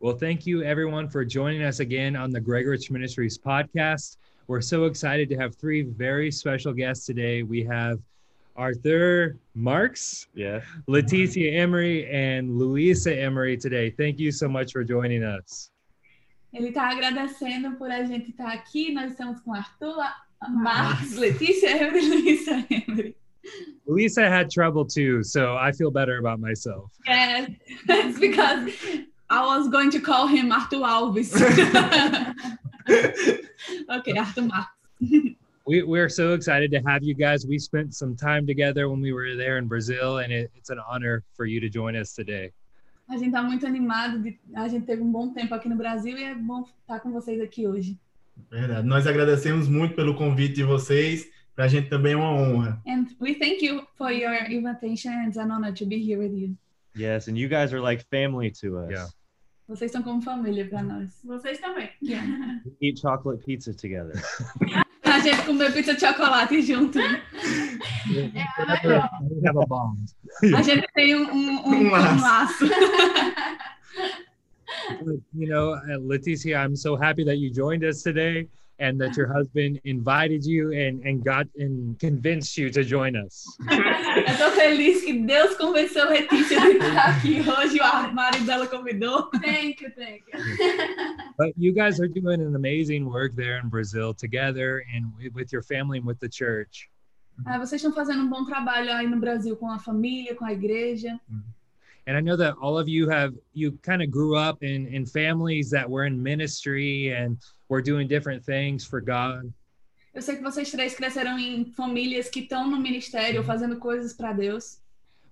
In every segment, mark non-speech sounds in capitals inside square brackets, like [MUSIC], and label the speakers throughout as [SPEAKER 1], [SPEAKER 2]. [SPEAKER 1] Well, thank you everyone for joining us again on the Greg Rich Ministries podcast. We're so excited to have three very special guests today. We have Arthur Marks,
[SPEAKER 2] Yeah.
[SPEAKER 1] Leticia Emery, and Luisa Emery today. Thank you so much for joining us.
[SPEAKER 3] Ele está agradecendo por a gente estar aqui. Nós estamos com Arthur, La-
[SPEAKER 4] Ah.
[SPEAKER 3] Marcos, Letícia [LAUGHS] Emery e Luísa Emery.
[SPEAKER 1] Luisa had trouble too, so I feel better about myself.
[SPEAKER 3] Yes,
[SPEAKER 4] [LAUGHS]
[SPEAKER 3] that's because I was going to call him Arthur Alves. [LAUGHS] okay, Arthur Marcos.
[SPEAKER 1] We, we're so excited to have you guys. We spent some time together when we were there in Brazil, and it, it's an honor for you to join us today.
[SPEAKER 3] A gente está muito animado. de- a gente teve um bom tempo aqui no Brasil e é bom estar com vocês aqui hoje.
[SPEAKER 2] Verdade. Nós agradecemos muito pelo convite de vocês. Para a gente também é uma honra.
[SPEAKER 3] And we thank you for your invitation. It's an honor to be here with you.
[SPEAKER 5] Yes, and you guys are like family to us.
[SPEAKER 1] Yeah.
[SPEAKER 3] Vocês estão como família para nós.
[SPEAKER 4] Vocês também.
[SPEAKER 3] Yeah.
[SPEAKER 5] We eat chocolate pizza together.
[SPEAKER 3] [LAUGHS] A gente comeu pizza de chocolate
[SPEAKER 4] [LAUGHS]
[SPEAKER 3] junto.
[SPEAKER 4] É,
[SPEAKER 1] We have a bond.
[SPEAKER 3] A gente tem um, um, um,
[SPEAKER 2] Um
[SPEAKER 3] laço.
[SPEAKER 2] laço.
[SPEAKER 3] [LAUGHS]
[SPEAKER 1] But, you know, uh, Leticia, I'm so happy that you joined us today and that your husband invited you and, and got and convinced you to join us.
[SPEAKER 3] Eu tô feliz que Deus convenceu a Letícia de estar aqui hoje. O marido dela convidou.
[SPEAKER 4] Thank you, thank you.
[SPEAKER 1] But you guys are doing an amazing work there in Brazil together and wi- with your family and with the church.
[SPEAKER 3] [LAUGHS] Ah, vocês estão fazendo um bom trabalho aí no Brasil com a família, com a igreja.
[SPEAKER 1] And I know that all of you have you kind of grew up in in families that were in ministry and were doing different things for God.
[SPEAKER 3] Eu sei que vocês três cresceram em famílias que estão no ministério, fazendo coisas para Deus.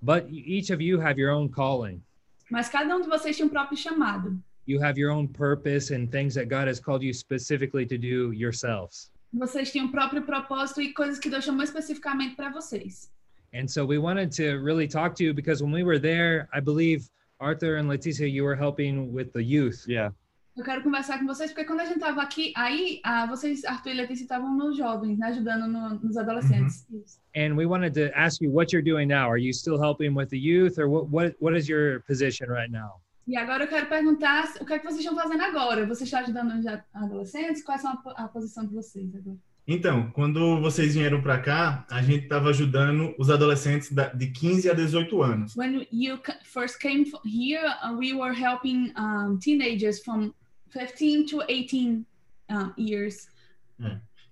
[SPEAKER 1] But e, each of you have your own calling.
[SPEAKER 3] Mas cada um de vocês tinha um próprio chamado.
[SPEAKER 1] You have your own purpose and things that God has called you specifically to do yourselves.
[SPEAKER 3] Vocês tinham o próprio propósito e coisas que Deus chamou especificamente para vocês.
[SPEAKER 1] And so we wanted to really talk to you because when we were there, I believe Arthur and Leticia, you were helping with the youth.
[SPEAKER 5] Yeah.
[SPEAKER 3] Eu quero conversar com vocês, porque quando a gente estava aqui, aí ah, vocês, Arthur e Letícia, estavam nos jovens, né, ajudando no- nos adolescentes. Isso.
[SPEAKER 1] And we wanted to ask you what you're doing now. Are you still helping with the youth or what, what, what is your position right now?
[SPEAKER 3] E agora eu quero perguntar se- o que é que vocês estão fazendo agora? Vocês estão ajudando os a- adolescentes? Qual é a, po- a posição de vocês agora?
[SPEAKER 2] Então, quando vocês vieram para cá, a gente estava ajudando os adolescentes da- de 15 a 18 anos.
[SPEAKER 3] When you ca- first came f- here, uh, we were helping um, teenagers from 15 to 18 um, years.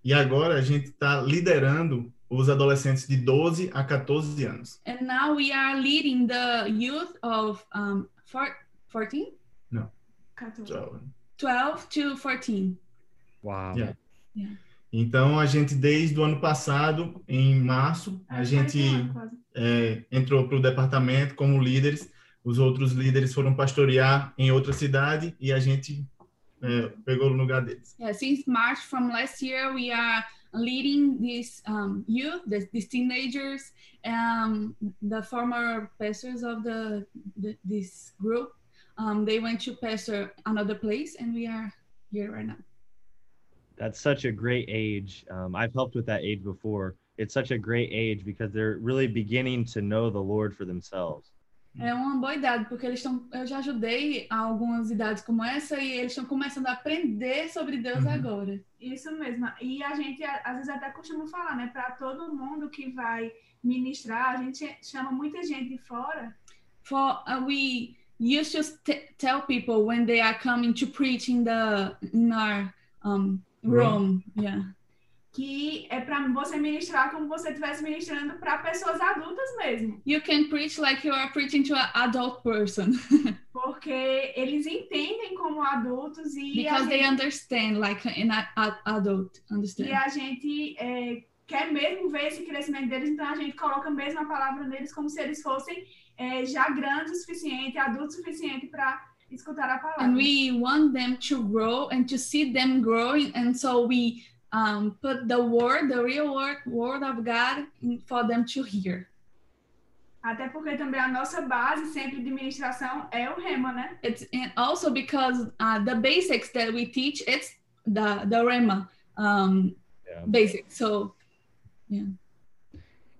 [SPEAKER 2] E agora a gente está liderando os adolescentes de 12 a 14 anos.
[SPEAKER 3] And now we are leading the youth of um, four, 14, 12 to 14.
[SPEAKER 1] Wow.
[SPEAKER 2] Yeah. Então, a gente, desde o ano passado, em março, a gente é, entrou para o departamento como líderes. Os outros líderes foram pastorear em outra cidade e a gente é, pegou o lugar deles.
[SPEAKER 3] Yeah, since March from last year, we are leading these um, youth, this, these teenagers, um, the former pastors of the, the this group. Um, they went to pastor another place, and we are here right now.
[SPEAKER 5] That's such a great age. Um, I've helped with that age before. It's such a great age because they're really beginning to know the Lord for themselves.
[SPEAKER 3] É uma boa idade, porque eles estão. Eu já ajudei a algumas idades como essa e eles estão começando a aprender sobre Deus
[SPEAKER 2] Uhum.
[SPEAKER 3] agora.
[SPEAKER 4] Isso mesmo. E a gente, a- às vezes, até costuma falar, né? Para todo mundo que vai ministrar, a gente chama muita gente de fora.
[SPEAKER 3] For uh, we used to t- tell people when they are coming to preach in the in our um, room. Yeah.
[SPEAKER 4] Que é para você ministrar como você estivesse ministrando para pessoas adultas mesmo.
[SPEAKER 3] You can preach like you are preaching to an adult person
[SPEAKER 4] Porque eles entendem como adultos e a
[SPEAKER 3] because they
[SPEAKER 4] gente,
[SPEAKER 3] understand like an a- a- adult
[SPEAKER 4] e
[SPEAKER 3] understand.
[SPEAKER 4] a gente é, quer mesmo ver esse crescimento deles, então a gente coloca mesmo a palavra neles como se eles fossem é, já grandes o suficiente, adultos o suficiente para escutar a palavra.
[SPEAKER 3] And we want them to grow and to see them growing, and so we um, put the word, the real word, word of God, in- for them to hear.
[SPEAKER 4] Até porque também a nossa base sempre de ministração é o rema, né?
[SPEAKER 3] It's and also because uh, the basics that we teach, it's the the Rema um,
[SPEAKER 5] Yeah.
[SPEAKER 3] basics. So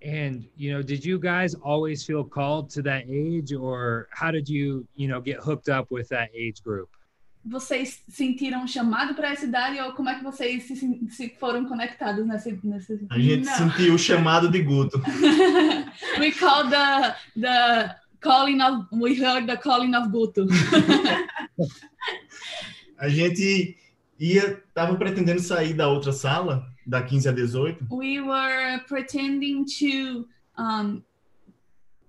[SPEAKER 1] And, you know, did you guys always feel called to that age or how did you, you know, get hooked up with that age group?
[SPEAKER 3] vocês sentiram um chamado para essa idade ou como é que vocês se, se foram conectados nessa, nessa...
[SPEAKER 2] A gente
[SPEAKER 3] Não.
[SPEAKER 2] sentiu o chamado de Guto.
[SPEAKER 3] [LAUGHS] we call the the calling of we heard the calling of Guto. [LAUGHS]
[SPEAKER 2] A gente ia, tava pretendendo sair da outra sala, da 15 a 18,
[SPEAKER 3] We were pretending to um,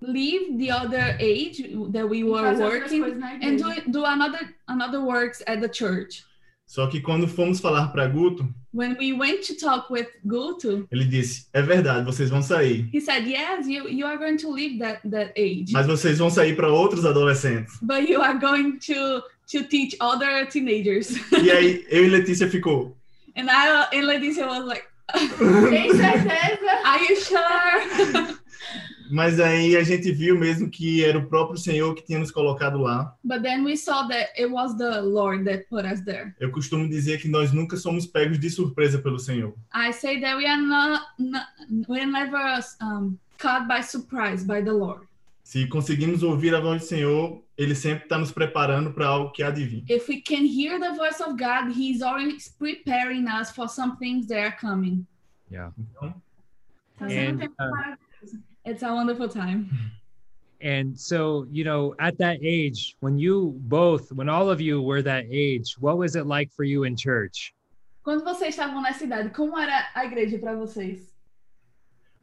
[SPEAKER 3] leave the other age that we were
[SPEAKER 4] fazer outras
[SPEAKER 3] working
[SPEAKER 4] coisas na
[SPEAKER 3] and
[SPEAKER 4] igreja.
[SPEAKER 3] do, do another another works at the church.
[SPEAKER 2] só que quando fomos falar para Guto,
[SPEAKER 3] When we went to talk with Guto,
[SPEAKER 2] ele disse: "É verdade, vocês vão sair,
[SPEAKER 3] he said, "Yes, you you are going to leave that that age,
[SPEAKER 2] mas vocês vão sair para outros adolescentes".
[SPEAKER 3] but you are going to to teach other teenagers." [LAUGHS]
[SPEAKER 2] E aí eu e Letícia ficou:
[SPEAKER 3] and I and Leticia was like,
[SPEAKER 4] Tem certeza?
[SPEAKER 3] "Are you sure?" [LAUGHS]
[SPEAKER 2] Mas aí a gente viu mesmo que era o próprio Senhor que tinha nos colocado lá.
[SPEAKER 3] But then we saw that it was the Lord that put us there.
[SPEAKER 2] Eu costumo dizer que nós nunca somos pegos de surpresa pelo Senhor.
[SPEAKER 3] I say that we are not, not we're never um, caught by surprise by the Lord.
[SPEAKER 2] Se conseguimos ouvir a voz do Senhor, Ele sempre está nos preparando para algo que há de vir.
[SPEAKER 3] If we can hear the voice of God, He's already preparing us for some things that are coming.
[SPEAKER 4] Tá sendo um
[SPEAKER 1] And,
[SPEAKER 4] tempo
[SPEAKER 1] uh,
[SPEAKER 4] maravilhoso.
[SPEAKER 3] It's a wonderful time.
[SPEAKER 1] And so, you know, at that age, when you both, when all of you were that age, what was it like for you in church?
[SPEAKER 3] Quando vocês estavam nessa idade, como era a igreja para
[SPEAKER 4] [LAUGHS]
[SPEAKER 3] vocês?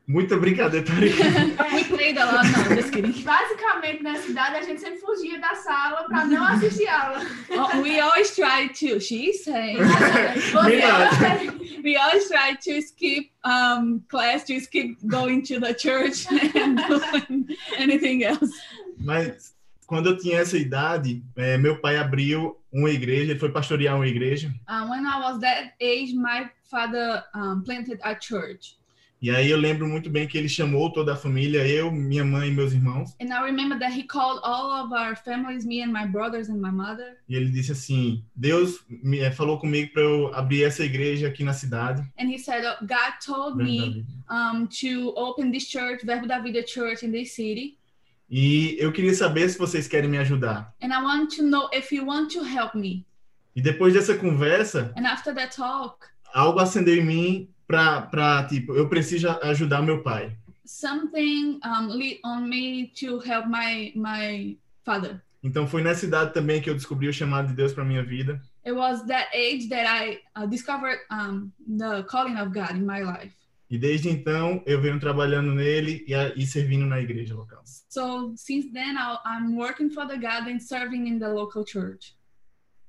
[SPEAKER 2] Muita brincadeira.
[SPEAKER 3] [LAUGHS]
[SPEAKER 2] tá ligado?
[SPEAKER 3] We played a lot. No, just kidding.
[SPEAKER 4] Basicamente, na cidade, a gente sempre fugia da sala para não assistir aula.
[SPEAKER 3] [LAUGHS] Oh, we always try to. She's saying.
[SPEAKER 4] Você
[SPEAKER 2] Verdade.
[SPEAKER 3] [LAUGHS] we always try to skip um, class, to skip going to the church [LAUGHS] and doing anything else.
[SPEAKER 2] Mas quando eu tinha essa idade, eh, meu pai abriu uma igreja, ele foi pastorear uma igreja.
[SPEAKER 3] Uh, when I was that age, my father um, planted a church.
[SPEAKER 2] E aí eu lembro muito bem que ele chamou toda a família, eu, minha mãe e meus irmãos.
[SPEAKER 3] And I remember that he called all of our families, me and my brothers and my mother.
[SPEAKER 2] E ele disse assim: Deus me, eh, falou comigo para eu abrir essa igreja aqui na cidade.
[SPEAKER 3] And he said, "Oh, God told me um, to open this church, Verbo da Vida Church, in this city.
[SPEAKER 2] E eu queria saber se vocês querem me ajudar.
[SPEAKER 3] And I want to know if you want to help me.
[SPEAKER 2] E depois dessa conversa,
[SPEAKER 3] And after that talk,
[SPEAKER 2] algo acendeu em mim para, tipo, eu preciso ajudar meu pai.
[SPEAKER 3] something um, lit on me to help my my father.
[SPEAKER 2] Então foi nessa idade também que eu descobri o chamado de Deus para minha vida.
[SPEAKER 3] it was that age that I uh, discovered um, the calling of God in my life.
[SPEAKER 2] E desde então eu venho trabalhando nele e, a- e servindo na igreja local.
[SPEAKER 3] So since then, i I'm working for the God and serving in the local church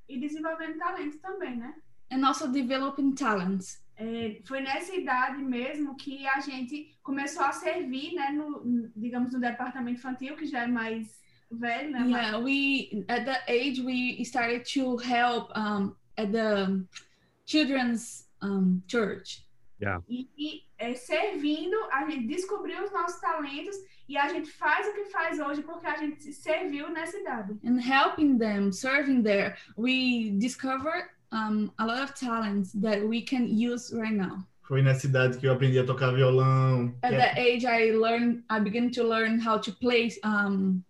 [SPEAKER 4] E desenvolvendo talentos também, né?
[SPEAKER 3] and also developing talents.
[SPEAKER 4] É, foi nessa idade mesmo que a gente começou a servir, né? No, digamos, no departamento infantil, que já é mais velho, né?
[SPEAKER 3] Yeah, we at that age we started to help um, at the children's um, church.
[SPEAKER 4] E, e, é, servindo, a gente descobriu os nossos talentos e a gente faz o que faz hoje porque a gente se serviu nessa idade.
[SPEAKER 3] and helping them, serving there, we discovered um, a lot of talents that we can use right now.
[SPEAKER 2] Foi nessa idade que eu aprendi a tocar violão, É,
[SPEAKER 3] at
[SPEAKER 4] É
[SPEAKER 2] que
[SPEAKER 3] that age i learned i began to learn how to play um,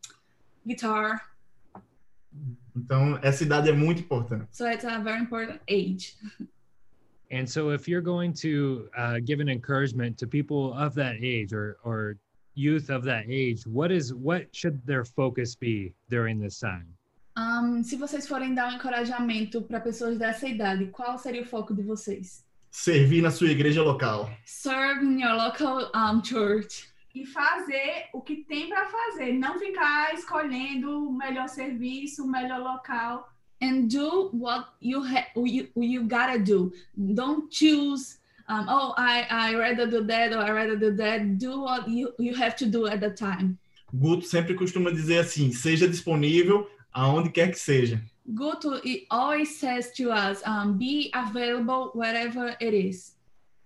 [SPEAKER 3] guitar
[SPEAKER 2] Então, essa idade é muito importante.
[SPEAKER 3] so it's a very important age
[SPEAKER 1] And so, if you're going to uh, give an encouragement to people of that age or or youth of that age, what is what should their focus be during this time?
[SPEAKER 3] um, se vocês forem dar um encorajamento para pessoas dessa idade qual seria o foco de vocês
[SPEAKER 2] Servir na sua igreja local.
[SPEAKER 3] serve in your local um, church
[SPEAKER 4] E fazer o que tem para fazer, não ficar escolhendo o melhor serviço, o melhor local.
[SPEAKER 3] and do what you ha- you, you gotta do don't choose um, oh I I rather do that or I rather do that do what you you have to do at the time
[SPEAKER 2] Guto sempre costuma dizer assim: seja disponível aonde quer que seja.
[SPEAKER 3] Guto it always says to us, um, be available wherever it is.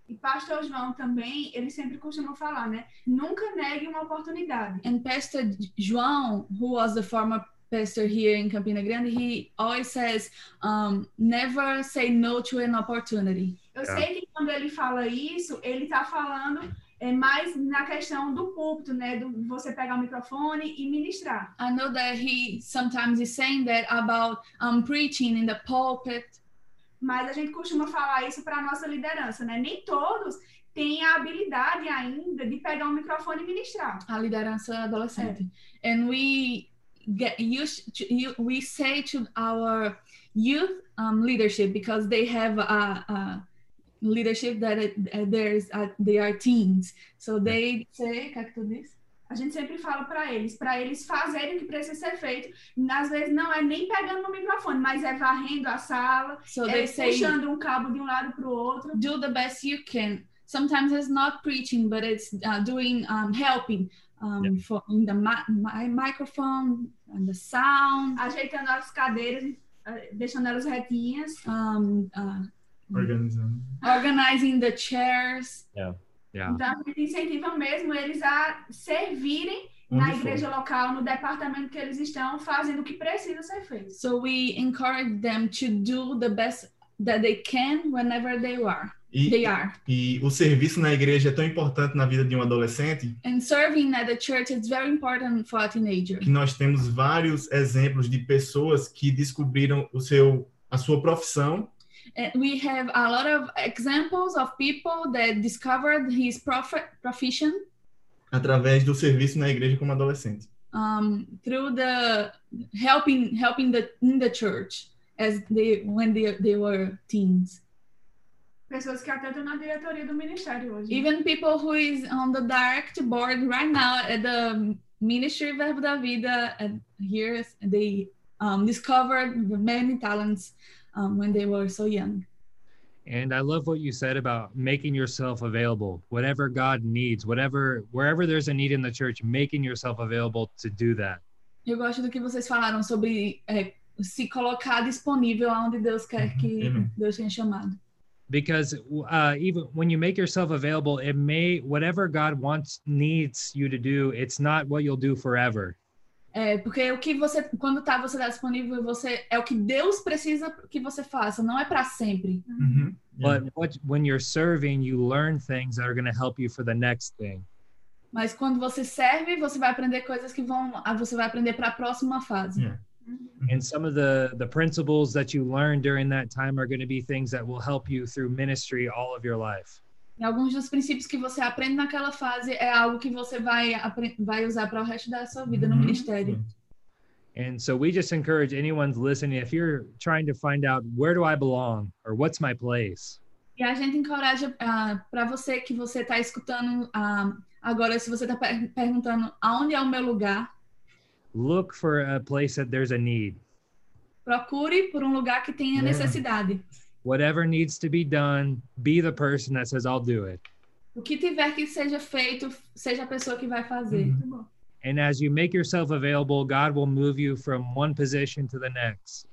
[SPEAKER 4] E pastor João também, ele sempre costuma falar, né? Nunca negue uma oportunidade.
[SPEAKER 3] And Pastor João, who was the former pastor here in Campina Grande, he always says, um, never say no to an opportunity.
[SPEAKER 4] Eu
[SPEAKER 1] Tá.
[SPEAKER 4] sei que quando ele fala isso, ele tá falando é, é mais na questão do púlpito, né? Do você pegar o microfone e ministrar.
[SPEAKER 3] I know that he sometimes is saying that about um, preaching in the pulpit.
[SPEAKER 4] Mas a gente costuma falar isso para a nossa liderança, né? Nem todos têm a habilidade ainda de pegar um microfone e ministrar.
[SPEAKER 3] A liderança adolescente. And we get used to, you, we say to our youth um, leadership because they have a, a leadership that it, uh, there's uh, they are teens, so they say, o que é que tu diz?
[SPEAKER 4] A gente sempre fala para eles, para eles fazerem o que precisa ser feito. Às vezes não é nem pegando no microfone, mas é varrendo a sala,
[SPEAKER 3] So
[SPEAKER 4] é
[SPEAKER 3] they say,
[SPEAKER 4] puxando um cabo de um lado para o outro.
[SPEAKER 3] do the best you can. Sometimes it's not preaching, but it's uh, doing um, helping um, for in the mi- mi- microphone and the sound,
[SPEAKER 4] ajeitando as cadeiras, eh, deixando elas retinhas.
[SPEAKER 3] um, uh,
[SPEAKER 2] organizando.
[SPEAKER 3] organizing the chairs.
[SPEAKER 1] Yeah.
[SPEAKER 4] Então, a gente incentiva mesmo eles a servirem
[SPEAKER 2] Onde
[SPEAKER 4] na igreja local, no departamento que eles estão, fazendo o que precisa ser feito.
[SPEAKER 3] So we encourage them to do the best that they can whenever they are.
[SPEAKER 2] for. E,
[SPEAKER 3] They are.
[SPEAKER 2] e o serviço na igreja é tão importante na vida de um adolescente
[SPEAKER 3] And serving at the church is very important for a teenager.
[SPEAKER 2] que nós temos vários exemplos de pessoas que descobriram o seu a sua profissão
[SPEAKER 3] And we have a lot of examples of people that discovered his prof- profession
[SPEAKER 2] através do serviço na igreja como adolescente.
[SPEAKER 3] um, through the helping helping the in the church as they when they, they were teens
[SPEAKER 4] Pessoas que até estão na diretoria do ministério hoje.
[SPEAKER 3] even people who is on the direct board right now at the ministry verbo da vida and here is- they um, discovered many talents um, when they were so young
[SPEAKER 1] And I love what you said about making yourself available, whatever God needs, whatever, wherever there's a need in the church, making yourself available to do that.
[SPEAKER 3] eu gosto do que vocês falaram sobre eh, se colocar disponível aonde Deus quer que
[SPEAKER 2] Amém.
[SPEAKER 3] Deus tenha chamado
[SPEAKER 1] Because uh, even when you make yourself available, it may, whatever God wants, needs you to do, it's not what you'll do forever.
[SPEAKER 3] É, porque o que você, quando tá, você tá disponível, você é o que Deus precisa que você faça, não é para sempre.
[SPEAKER 1] But what, when you're serving, you learn things that are going to help you for the next thing.
[SPEAKER 3] Mas quando você serve, você vai aprender coisas que vão, ah, você vai aprender para a próxima fase.
[SPEAKER 2] Yeah.
[SPEAKER 1] And some of the the principles that you learn during that time are going to be things that will help you through ministry all of your life.
[SPEAKER 3] E alguns dos princípios que você aprende naquela fase é algo que você vai apre- vai usar para o resto da sua vida no
[SPEAKER 2] Uhum.
[SPEAKER 3] ministério.
[SPEAKER 1] And so we just encourage anyone's listening if you're trying to find out where do I belong or what's my place,
[SPEAKER 3] E a gente encoraja para você que você está escutando ah, agora, se você está perguntando aonde é o meu lugar,
[SPEAKER 1] look for a place that there's a need.
[SPEAKER 3] procure por um lugar que tenha
[SPEAKER 2] Yeah.
[SPEAKER 3] necessidade.
[SPEAKER 1] Whatever needs to be done, be the person that says I'll do it.
[SPEAKER 3] O que tiver que seja feito, seja a pessoa que vai fazer.
[SPEAKER 2] Uhum.
[SPEAKER 4] Muito bom.
[SPEAKER 1] And as you make yourself available, God will move you from one position to the next.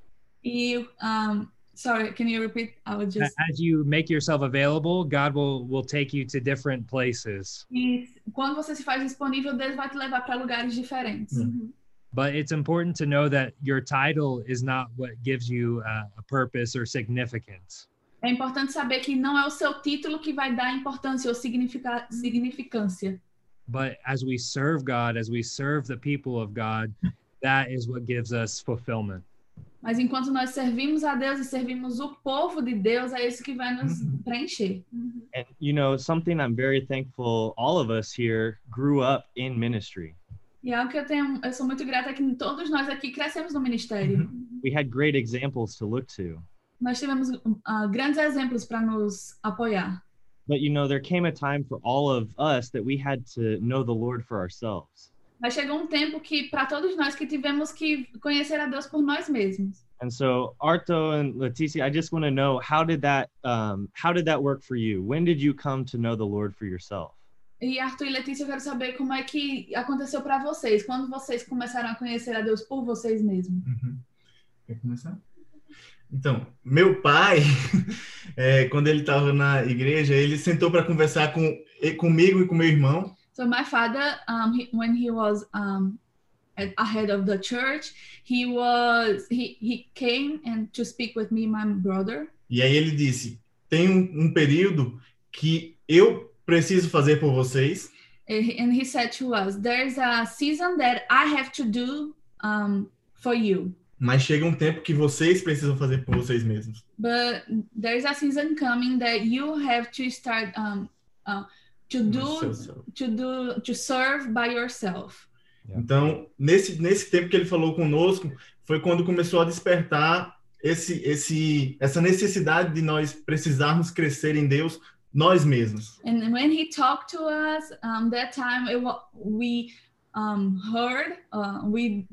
[SPEAKER 3] E, um, sorry, can you repeat? I was just.
[SPEAKER 1] As you make yourself available, God will will take you to different places.
[SPEAKER 3] E
[SPEAKER 2] É.
[SPEAKER 3] quando você se faz disponível, Deus vai te levar para lugares diferentes.
[SPEAKER 2] Uhum.
[SPEAKER 1] But it's important to know that your title is not what gives you uh, a purpose or significance.
[SPEAKER 3] É importante saber que não é o seu título que vai dar importância ou significa, significância.
[SPEAKER 1] But as we serve God, as we serve the people of God, that is what gives us fulfillment.
[SPEAKER 3] Mas enquanto nós servimos a Deus e servimos o povo de Deus, é isso que vai nos
[SPEAKER 2] Uhum.
[SPEAKER 3] preencher.
[SPEAKER 4] Uhum.
[SPEAKER 5] And you know, something I'm very thankful all of us here grew up in ministry.
[SPEAKER 3] E é algo que eu tenho, eu sou muito grata que todos nós aqui crescemos no ministério.
[SPEAKER 2] Uhum.
[SPEAKER 5] We had great examples to look to.
[SPEAKER 3] Nós tivemos ah, grandes exemplos para nos apoiar.
[SPEAKER 5] But you know, there came a time for all of us that we had to know the Lord for ourselves.
[SPEAKER 3] Mas chegou um tempo que, para todos nós, que tivemos que conhecer a Deus por nós mesmos.
[SPEAKER 5] And so, Arto and Leticia, I just want to know how did that um, how did that work for you? When did you come to know the Lord for yourself?
[SPEAKER 3] E Arthur e Letícia, eu quero saber como é que aconteceu para vocês, quando vocês começaram a conhecer a Deus por vocês mesmos.
[SPEAKER 2] Uhum. Quer começar? Então, meu pai, [LAUGHS] eh, quando ele estava na igreja, ele sentou para conversar com e- comigo e com meu irmão.
[SPEAKER 3] So my father, um, he, when he was um, at, ahead of the church, he was he he came and to speak with me, my brother.
[SPEAKER 2] E aí ele disse: tem um, um período que eu preciso fazer por vocês,
[SPEAKER 3] And he said to us, There's a season that I have to do um, for you,
[SPEAKER 2] mas chega um tempo que vocês precisam fazer por vocês mesmos.
[SPEAKER 3] but there's a season coming that you have to start um, uh, to do to do to serve by yourself.
[SPEAKER 2] Então, nesse, nesse tempo que ele falou conosco, foi quando começou a despertar esse, esse, essa necessidade de nós precisarmos crescer em Deus nós mesmos.
[SPEAKER 3] And when he talked to us um, that time, it wa- we um, heard, uh, we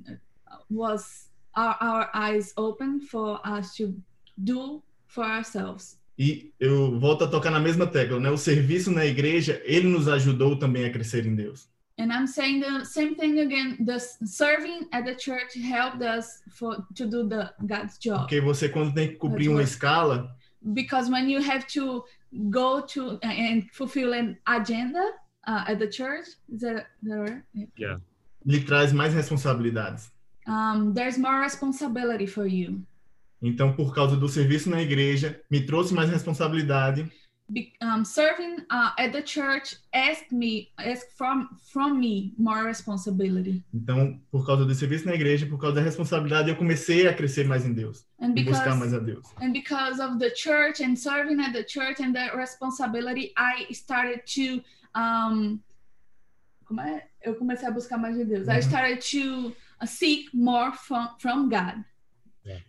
[SPEAKER 3] was our, our eyes open for us to do for ourselves.
[SPEAKER 2] E eu volto a tocar na mesma tecla, né? O serviço na igreja, ele nos ajudou também a crescer em Deus.
[SPEAKER 3] And I'm saying the same thing again. The s- serving at the church helped us for to do the God's job
[SPEAKER 2] Porque você, quando tem que cumprir uma escala,
[SPEAKER 3] because when you have to go to and fulfill an agenda uh, at the church, the, the
[SPEAKER 2] lhe traz mais responsabilidades.
[SPEAKER 3] um, there's more responsibility for you.
[SPEAKER 2] Então, por causa do serviço na igreja, me trouxe mais responsabilidade
[SPEAKER 3] Be, um, serving uh, at the church asked me asked from from me more responsibility,
[SPEAKER 2] Então, por causa do serviço na igreja, por causa da responsabilidade, eu comecei a crescer mais em Deus
[SPEAKER 3] and
[SPEAKER 2] e buscar
[SPEAKER 3] because
[SPEAKER 2] mais a Deus.
[SPEAKER 3] and because of the church and serving at the church and the responsibility, I started to um, como é? Eu comecei a buscar mais de Deus. I
[SPEAKER 2] Uhum.
[SPEAKER 3] started to uh, seek more from from God.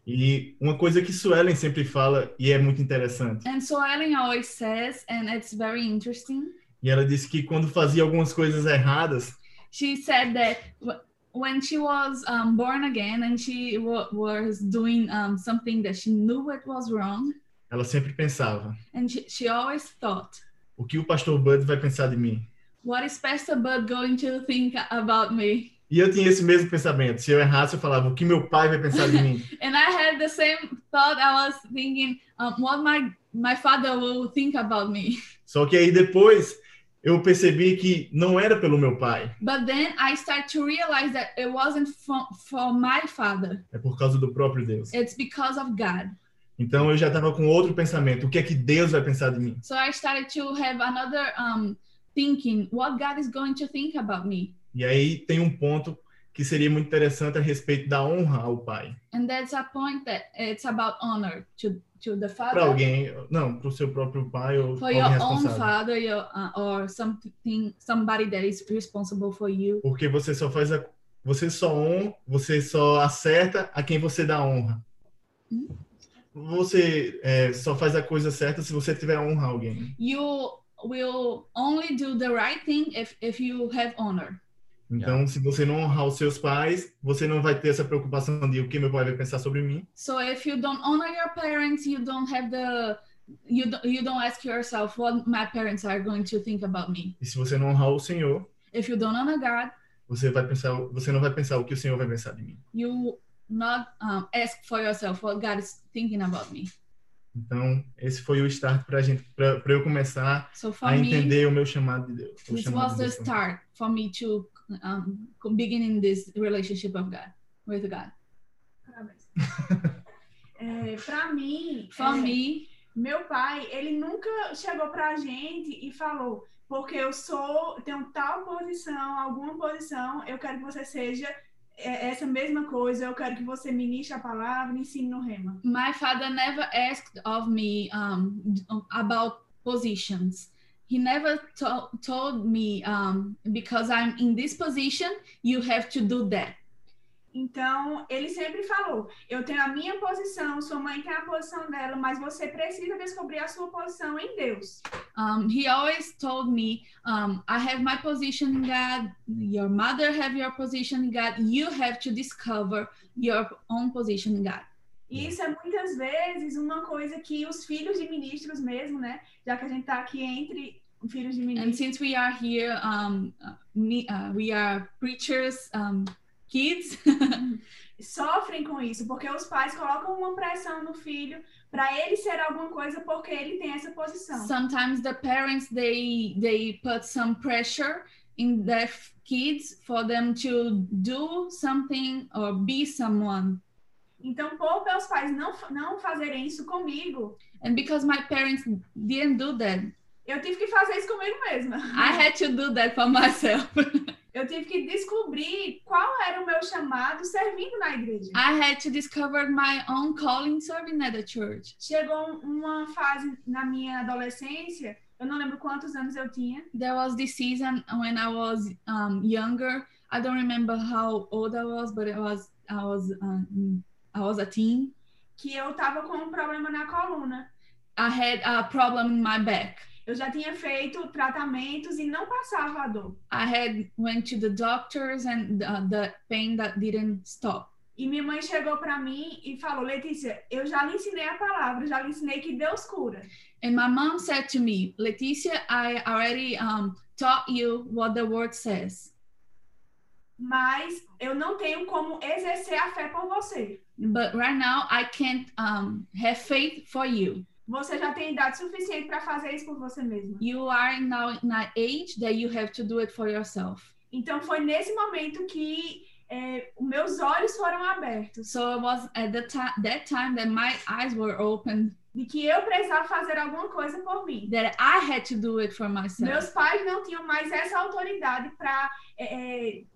[SPEAKER 2] E uma coisa que Suelen sempre fala e é muito interessante.
[SPEAKER 3] And so Ellen always says, and it's very interesting.
[SPEAKER 2] E ela disse que quando fazia algumas coisas erradas,
[SPEAKER 3] she said that w- when she was um, born again and she w- was doing um, something that she knew it was wrong
[SPEAKER 2] ela sempre pensava:
[SPEAKER 3] and she, she always thought
[SPEAKER 2] o que o pastor Bud vai pensar de mim?
[SPEAKER 3] what is pastor bud going to think about me
[SPEAKER 2] E eu tinha esse mesmo pensamento. Se eu errasse, eu falava: o que meu pai vai pensar de mim?
[SPEAKER 3] and i had the same thought i was thinking um, what my my father will think about me
[SPEAKER 2] Só que aí depois eu percebi que não era pelo meu pai,
[SPEAKER 3] but then i start to realize that it wasn't for, for my father
[SPEAKER 2] é por causa do próprio Deus.
[SPEAKER 3] it's because of god
[SPEAKER 2] Então eu já estava com outro pensamento: o que é que Deus vai pensar de mim?
[SPEAKER 3] so i started to have another um, thinking what god is going to think about me
[SPEAKER 2] E aí tem um ponto que seria muito interessante a respeito da honra ao pai.
[SPEAKER 3] And that's a point that it's about honor to to the
[SPEAKER 2] Para
[SPEAKER 3] father
[SPEAKER 2] alguém, não, para o seu próprio pai ou
[SPEAKER 3] for
[SPEAKER 2] alguém
[SPEAKER 3] your own
[SPEAKER 2] responsável.
[SPEAKER 3] father, your uh, or something somebody that is responsible for you
[SPEAKER 2] Porque você só faz a você só honra, você só acerta a quem você dá honra.
[SPEAKER 3] Hum?
[SPEAKER 2] Você é, só faz a coisa certa se você tiver honra a alguém.
[SPEAKER 3] you will only do the right thing if if you have honor
[SPEAKER 2] Então, se você não honrar os seus pais, você não vai ter essa preocupação de o que meu pai vai pensar sobre mim.
[SPEAKER 3] so if you don't honor your parents you don't have the you don't, you don't ask yourself what my parents are going to think about me
[SPEAKER 2] E se você não honrar o Senhor,
[SPEAKER 3] if you don't honor god
[SPEAKER 2] você vai pensar, você não vai pensar o que o Senhor vai pensar de mim.
[SPEAKER 3] you not um, ask for yourself what god is thinking about me
[SPEAKER 2] Então, esse foi o start para gente, para eu começar
[SPEAKER 3] so for
[SPEAKER 2] a
[SPEAKER 3] me
[SPEAKER 2] entender o meu chamado de Deus. o
[SPEAKER 3] this
[SPEAKER 2] chamado
[SPEAKER 3] was
[SPEAKER 2] de
[SPEAKER 3] the
[SPEAKER 2] Deus.
[SPEAKER 3] start for me to um, beginning this relationship of God with God. [LAUGHS]
[SPEAKER 4] Parabéns. É, pra mim,
[SPEAKER 3] For
[SPEAKER 4] é,
[SPEAKER 3] me,
[SPEAKER 4] meu pai, ele nunca chegou pra gente e falou, porque eu sou, tenho tal posição, alguma posição, eu quero que você seja é, essa mesma coisa, eu quero que você ministre a palavra, ensine no rema.
[SPEAKER 3] my father never asked of me um, about positions. He never to- told me um, because I'm in this position, you have to do that.
[SPEAKER 4] Então, ele sempre falou, eu tenho a minha posição, sua mãe tem a posição dela, mas você precisa descobrir a sua posição em Deus.
[SPEAKER 3] Um, he always told me, um, I have my position in God. Your mother have your position in God. You have to discover your own position in God.
[SPEAKER 4] E isso é muitas vezes uma coisa que os filhos de ministros mesmo, né? Já que a gente tá aqui entre filhos de
[SPEAKER 3] And
[SPEAKER 4] ministros, [LAUGHS]
[SPEAKER 3] since we are here, um, uh, me, uh, we are preachers, um, kids.
[SPEAKER 4] sofrem com isso, porque os pais colocam uma pressão no filho para ele ser alguma coisa porque ele tem essa posição.
[SPEAKER 3] Sometimes the parents they they put some pressure in their f- kids for them to do something or be someone.
[SPEAKER 4] Então, por meus pais não, fa- não fazerem isso comigo,
[SPEAKER 3] And because my parents didn't do that,
[SPEAKER 4] Eu tive que fazer isso comigo mesma.
[SPEAKER 3] I had to do that for [LAUGHS] myself.
[SPEAKER 4] Eu tive que descobrir qual era o meu chamado servindo na igreja.
[SPEAKER 3] I had to discover my own calling serving at the church.
[SPEAKER 4] Chegou um, uma fase na minha adolescência, eu não lembro quantos anos eu tinha,
[SPEAKER 3] There was this season when I was um, younger. I don't remember how old I was, but it was I was um, I was a teen.
[SPEAKER 4] que eu tava com um problema na coluna.
[SPEAKER 3] I had a problem in my back.
[SPEAKER 4] Eu já tinha feito tratamentos e não passava a dor.
[SPEAKER 3] I had went to the doctors and uh, the pain that didn't stop.
[SPEAKER 4] E minha mãe chegou pra mim e falou: Letícia, eu já lhe ensinei a palavra, já lhe ensinei que Deus cura.
[SPEAKER 3] And my mom said to me, Leticia, I already um, taught you what the word says,
[SPEAKER 4] mas eu não tenho como exercer a fé por você.
[SPEAKER 3] but right now I can't um, have faith for you.
[SPEAKER 4] Você já tem idade suficiente para fazer isso por você mesma.
[SPEAKER 3] You are now in an age that you have to do it for yourself.
[SPEAKER 4] Então foi nesse momento que eh, os meus olhos foram abertos
[SPEAKER 3] So it was at the time that time that my eyes were open
[SPEAKER 4] de que eu precisava fazer alguma coisa por mim.
[SPEAKER 3] that I had to do it for myself.
[SPEAKER 4] Meus pais não tinham mais essa autoridade para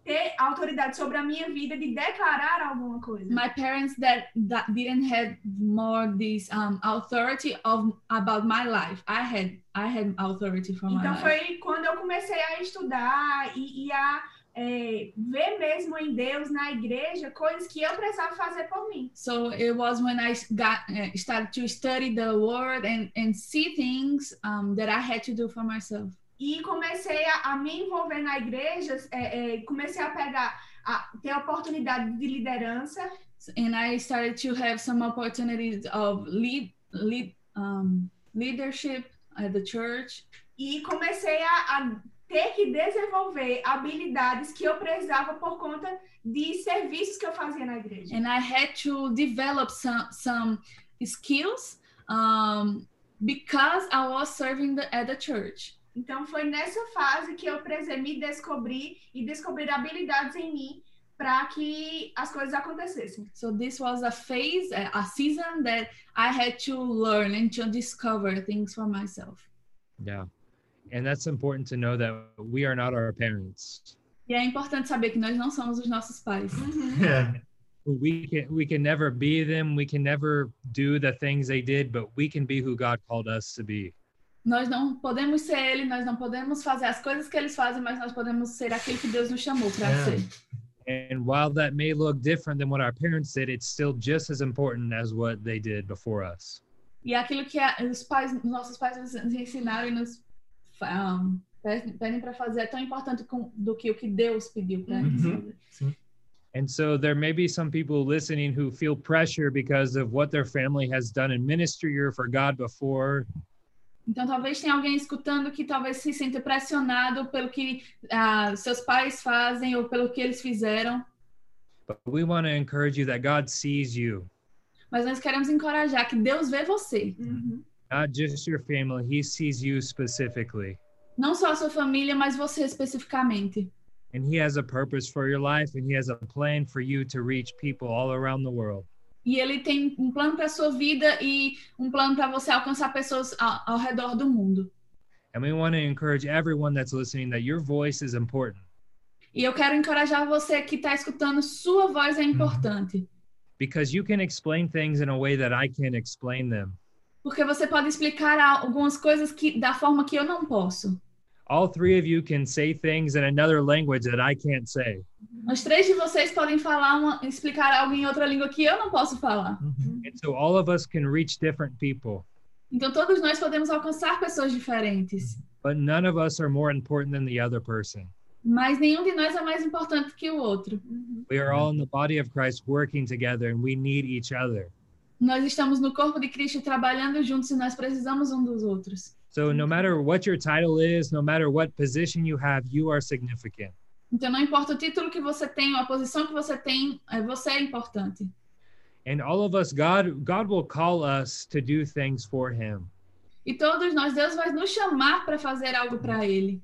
[SPEAKER 4] ter autoridade sobre a minha vida de declarar alguma coisa.
[SPEAKER 3] My parents that that didn't have more this um, authority of about my life. I had I had authority for my
[SPEAKER 4] Então
[SPEAKER 3] life.
[SPEAKER 4] foi quando eu comecei a estudar e, e a eh, ver mesmo em Deus, na igreja, coisas que eu precisava fazer por mim.
[SPEAKER 3] So it was when I got uh, started to study the word and and see things um, that I had to do for myself.
[SPEAKER 4] e comecei a, a me envolver na igreja, é, é, comecei a pegar, a ter a oportunidade de liderança,
[SPEAKER 3] And I started to have some opportunities of lead lead um, leadership at the church.
[SPEAKER 4] e comecei a, a ter que desenvolver habilidades que eu precisava por conta de serviços que eu fazia na igreja.
[SPEAKER 3] and I had to develop some some skills um, because I was serving the, at the church.
[SPEAKER 4] Então foi nessa fase que eu precisei me descobrir e descobrir habilidades em mim para que as coisas acontecessem.
[SPEAKER 3] So this was a phase, a a season that I had to learn and to discover things for myself.
[SPEAKER 1] Yeah. And that's important to know that we are not our parents.
[SPEAKER 3] E é importante saber que nós não somos os nossos pais.
[SPEAKER 2] É,
[SPEAKER 1] We can we can never be them. We can never do the things they did, but we can be who God called us to be.
[SPEAKER 3] Nós não podemos ser ele, nós não podemos fazer as coisas que eles fazem, mas nós podemos ser aquilo que Deus nos chamou para
[SPEAKER 2] É.
[SPEAKER 3] ser.
[SPEAKER 1] And while that may look different than what our parents did, it's still just as important as what they did before us.
[SPEAKER 3] E é aquilo que a- os pais, nossos pais nos ensinaram e nos fa- um, pe- pedem para fazer é tão importante com- do que o que Deus pediu para eles.
[SPEAKER 2] Uhum.
[SPEAKER 3] fazer.
[SPEAKER 1] And so there may be some people listening who feel pressure because of what their family has done in ministry or for God before.
[SPEAKER 3] Então, talvez tenha alguém escutando que talvez se sinta pressionado pelo que ah, seus pais fazem ou pelo que eles fizeram.
[SPEAKER 1] But we want to encourage you that God sees you,
[SPEAKER 3] Mas nós queremos encorajar que Deus vê você.
[SPEAKER 4] Uhum.
[SPEAKER 1] not just your family, He sees you specifically.
[SPEAKER 3] Não só a sua família, mas você especificamente.
[SPEAKER 1] And He has a purpose for your life and He has a plan for you to reach people all around the world.
[SPEAKER 3] E ele tem um plano para sua vida e um plano para você alcançar pessoas a- ao redor do mundo.
[SPEAKER 1] And we want to encourage everyone that's listening that your voice is important
[SPEAKER 3] E eu quero encorajar você que está escutando, sua voz é importante.
[SPEAKER 1] because you can explain things in a way that I can't explain them.
[SPEAKER 3] Porque você pode explicar a- algumas coisas que da forma que eu não posso.
[SPEAKER 1] All three of you can say things in another language that I can't say.
[SPEAKER 3] Os três de vocês podem falar uma, explicar algo em outra língua que eu não posso falar.
[SPEAKER 1] And so all of us can reach different people,
[SPEAKER 3] Então todos nós podemos alcançar pessoas diferentes,
[SPEAKER 1] but none of us are more important than the other person.
[SPEAKER 3] mas nenhum de nós é mais importante que o outro.
[SPEAKER 1] We are all in the body of Christ working together and we need each other.
[SPEAKER 3] Nós estamos no corpo de Cristo trabalhando juntos e nós precisamos um dos outros.
[SPEAKER 1] So no matter what your title is, no matter what position you have, you are significant.
[SPEAKER 3] Então não importa o título que você tem, ou a posição que você tem, é, você é importante.
[SPEAKER 1] And all of us God God will call us to do things for him.
[SPEAKER 3] E todos nós, Deus vai nos chamar para fazer algo para Ele.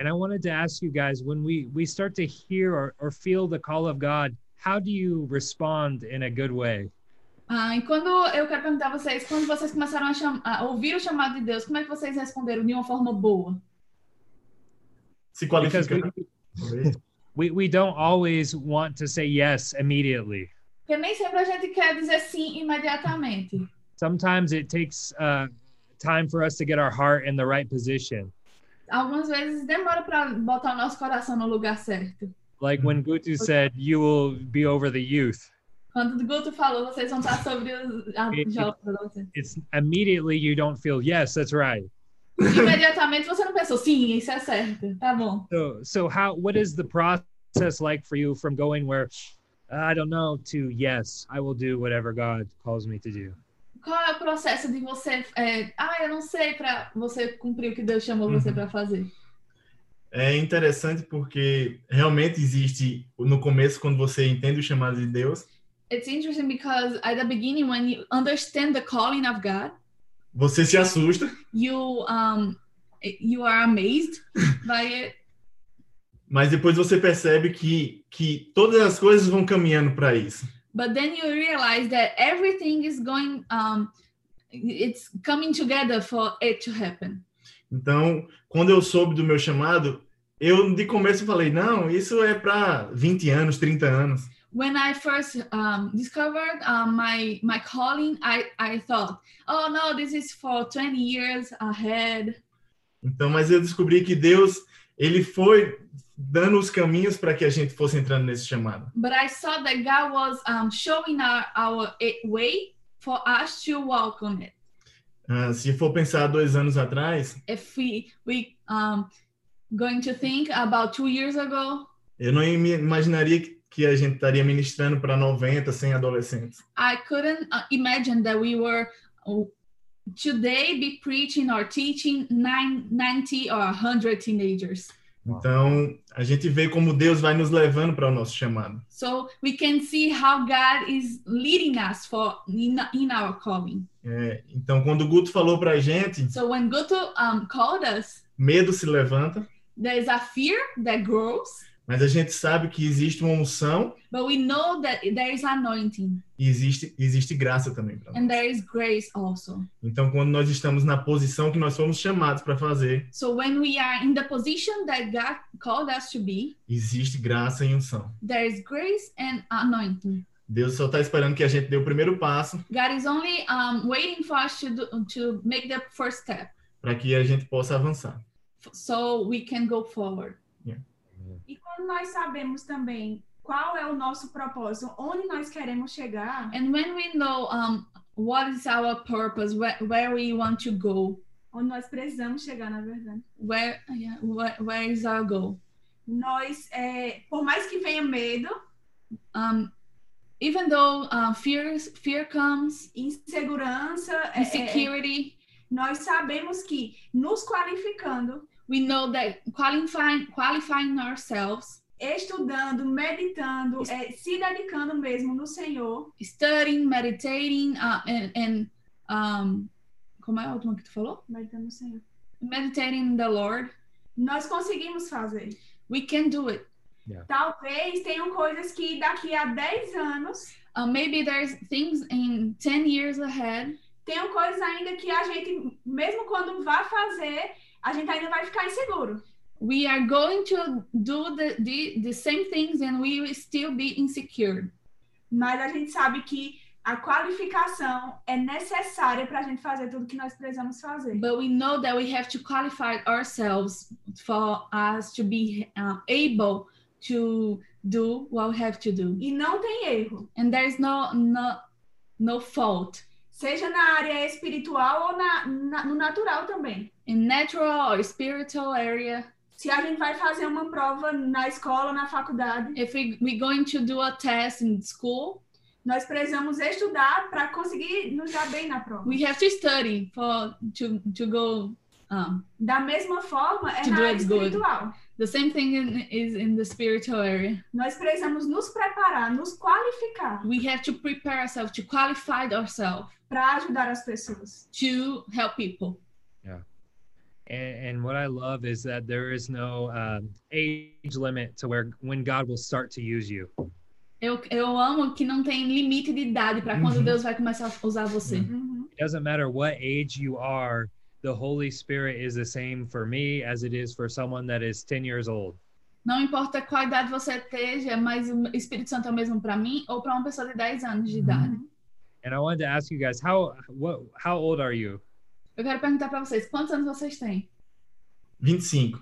[SPEAKER 1] And I wanted to ask you guys when we we start to hear or, or feel the call of God, how do you respond in a good way?
[SPEAKER 3] Ah, e quando eu quero perguntar a vocês, quando vocês começaram a, cham- a ouvir o chamado de Deus, como é que vocês responderam de uma forma boa?
[SPEAKER 2] Se
[SPEAKER 1] Because we,
[SPEAKER 2] qualificar. talvez.
[SPEAKER 1] we, we don't always want to say yes immediately.
[SPEAKER 3] Porque nem sempre a gente quer dizer sim imediatamente.
[SPEAKER 1] Sometimes it takes uh, time for us to get our heart in the right position.
[SPEAKER 3] Algumas vezes demora para botar o nosso coração no lugar certo.
[SPEAKER 1] Like when Gutu said, You will be over the youth.
[SPEAKER 3] Quando o Guto falou, vocês vão estar sobre os a
[SPEAKER 1] Sim.
[SPEAKER 3] jovens adolescentes.
[SPEAKER 1] It's immediately you don't feel, Yes, that's right.
[SPEAKER 3] Imediatamente você não pensou, sim, isso é certo, tá bom.
[SPEAKER 1] So, so how, what is the process like for you from going where, I don't know, to yes, I will do whatever God calls me to do?
[SPEAKER 3] Qual é o processo de você, é, ah, eu não sei, para você cumprir o que Deus chamou você
[SPEAKER 2] Uhum.
[SPEAKER 3] para fazer?
[SPEAKER 2] É interessante porque realmente existe no começo quando você entende o chamado de Deus,
[SPEAKER 3] It's interesting because at the beginning, when you understand the calling of God,
[SPEAKER 2] você se assusta,
[SPEAKER 3] you um you are amazed by it,
[SPEAKER 2] mas depois você percebe que que todas as coisas vão caminhando para isso.
[SPEAKER 3] but then you realize that everything is going um it's coming together for it to happen.
[SPEAKER 2] Então, quando eu soube do meu chamado, eu de começo falei: "Não, isso é para 20 anos, 30 anos".
[SPEAKER 3] When I first um, discovered um, my my calling, I I thought, oh no, this is for 20 years ahead.
[SPEAKER 2] Então, mas eu descobri que Deus, ele foi dando os caminhos para que a gente fosse entrando nesse chamado.
[SPEAKER 3] But I saw that God was um, showing our our eh, way for us to walk on it.
[SPEAKER 2] Ah, se for pensar dois anos atrás,
[SPEAKER 3] if we we um going to think about two years ago
[SPEAKER 2] eu não im- imaginaria que- que a gente estaria ministrando para 90, 100 adolescentes.
[SPEAKER 3] i couldn't uh, imagine that we were uh, today be preaching or teaching nine, 90 or 100 teenagers
[SPEAKER 2] Então, a gente vê como Deus vai nos levando para o nosso chamado.
[SPEAKER 3] so we can see how god is leading us for in, in our calling
[SPEAKER 2] É, então, quando o Guto falou para a gente,
[SPEAKER 3] so when goto um called us
[SPEAKER 2] medo se levanta,
[SPEAKER 3] there is a fear that grows
[SPEAKER 2] mas a gente sabe que existe uma unção
[SPEAKER 3] but we know that there is anointing
[SPEAKER 2] e existe, existe graça também para nós.
[SPEAKER 3] and there is grace also
[SPEAKER 2] Então, quando nós estamos na posição que nós fomos chamados para fazer,
[SPEAKER 3] so when we are in the position that god called us to be
[SPEAKER 2] existe graça e unção.
[SPEAKER 3] there is grace and anointing.
[SPEAKER 2] Deus só está esperando que a gente dê o primeiro passo
[SPEAKER 3] God is only um, waiting for us to do, to make the first step
[SPEAKER 2] para que a gente possa avançar.
[SPEAKER 3] f- so we can go forward. É.
[SPEAKER 4] E quando nós sabemos também qual é o nosso propósito, onde nós queremos chegar, é
[SPEAKER 3] And when we know um, what is our purpose, where, where we want to go,
[SPEAKER 4] onde nós precisamos chegar, na verdade,
[SPEAKER 3] where yeah, where, where is our goal?
[SPEAKER 4] nós, é, por mais que venha medo,
[SPEAKER 3] Um, even though uh, fears, fear comes,
[SPEAKER 4] insegurança, é, é,
[SPEAKER 3] insecurity,
[SPEAKER 4] nós sabemos que nos qualificando,
[SPEAKER 3] we know that qualifying qualifying ourselves,
[SPEAKER 4] estudando, meditando, é, se dedicando mesmo no Senhor,
[SPEAKER 3] studying, meditating, uh, and, and um, como é o último que tu falou?
[SPEAKER 4] meditando no Senhor,
[SPEAKER 3] meditating in the Lord,
[SPEAKER 4] nós conseguimos fazer.
[SPEAKER 3] we can do it.
[SPEAKER 4] Talvez tenham coisas que daqui a 10 anos,
[SPEAKER 3] Uh, maybe there's things in 10 years ahead.
[SPEAKER 4] tenham coisas ainda que a gente, mesmo quando vá fazer, a gente ainda vai ficar inseguro.
[SPEAKER 3] We are going to do the, the, the same things and we will still be insecure.
[SPEAKER 4] Mas a gente sabe que a qualificação é necessária para a gente fazer tudo que nós precisamos fazer.
[SPEAKER 3] But we know that we have to qualify ourselves for us to be uh, able to do what we have to do.
[SPEAKER 4] E não tem erro,
[SPEAKER 3] And there's no, no, no fault
[SPEAKER 4] seja na área espiritual ou na, na- no natural também.
[SPEAKER 3] in natural or spiritual area.
[SPEAKER 4] Se a gente vai fazer uma prova na escola, na faculdade,
[SPEAKER 3] If we, we're going to do a test in school,
[SPEAKER 4] nós precisamos estudar para conseguir nos dar bem na prova.
[SPEAKER 3] we have to study for to to go um
[SPEAKER 4] Da mesma forma, é
[SPEAKER 3] To
[SPEAKER 4] na
[SPEAKER 3] do
[SPEAKER 4] área
[SPEAKER 3] it good.
[SPEAKER 4] espiritual.
[SPEAKER 3] the same thing in, is in the spiritual area
[SPEAKER 4] Nós precisamos nos preparar, nos qualificar
[SPEAKER 3] we have to prepare ourselves to qualify ourselves
[SPEAKER 4] para ajudar as pessoas.
[SPEAKER 3] to help people
[SPEAKER 1] And, and what I love is that there is no um, age limit to where when God will start to use you.
[SPEAKER 3] Eu, eu amo que não tem limite de idade para quando
[SPEAKER 2] Uhum.
[SPEAKER 3] Deus vai começar a usar você.
[SPEAKER 4] Uhum.
[SPEAKER 1] It doesn't matter what age you are, the Holy Spirit is the same for me as it is for someone that is 10 years old.
[SPEAKER 3] Não importa qual idade você esteja, mas o Espírito Santo é o mesmo para mim ou para uma pessoa de 10 anos de idade.
[SPEAKER 1] And I wanted to ask you guys, how what how old are you?
[SPEAKER 3] Eu quero perguntar para vocês, quantos anos vocês têm?
[SPEAKER 2] 25.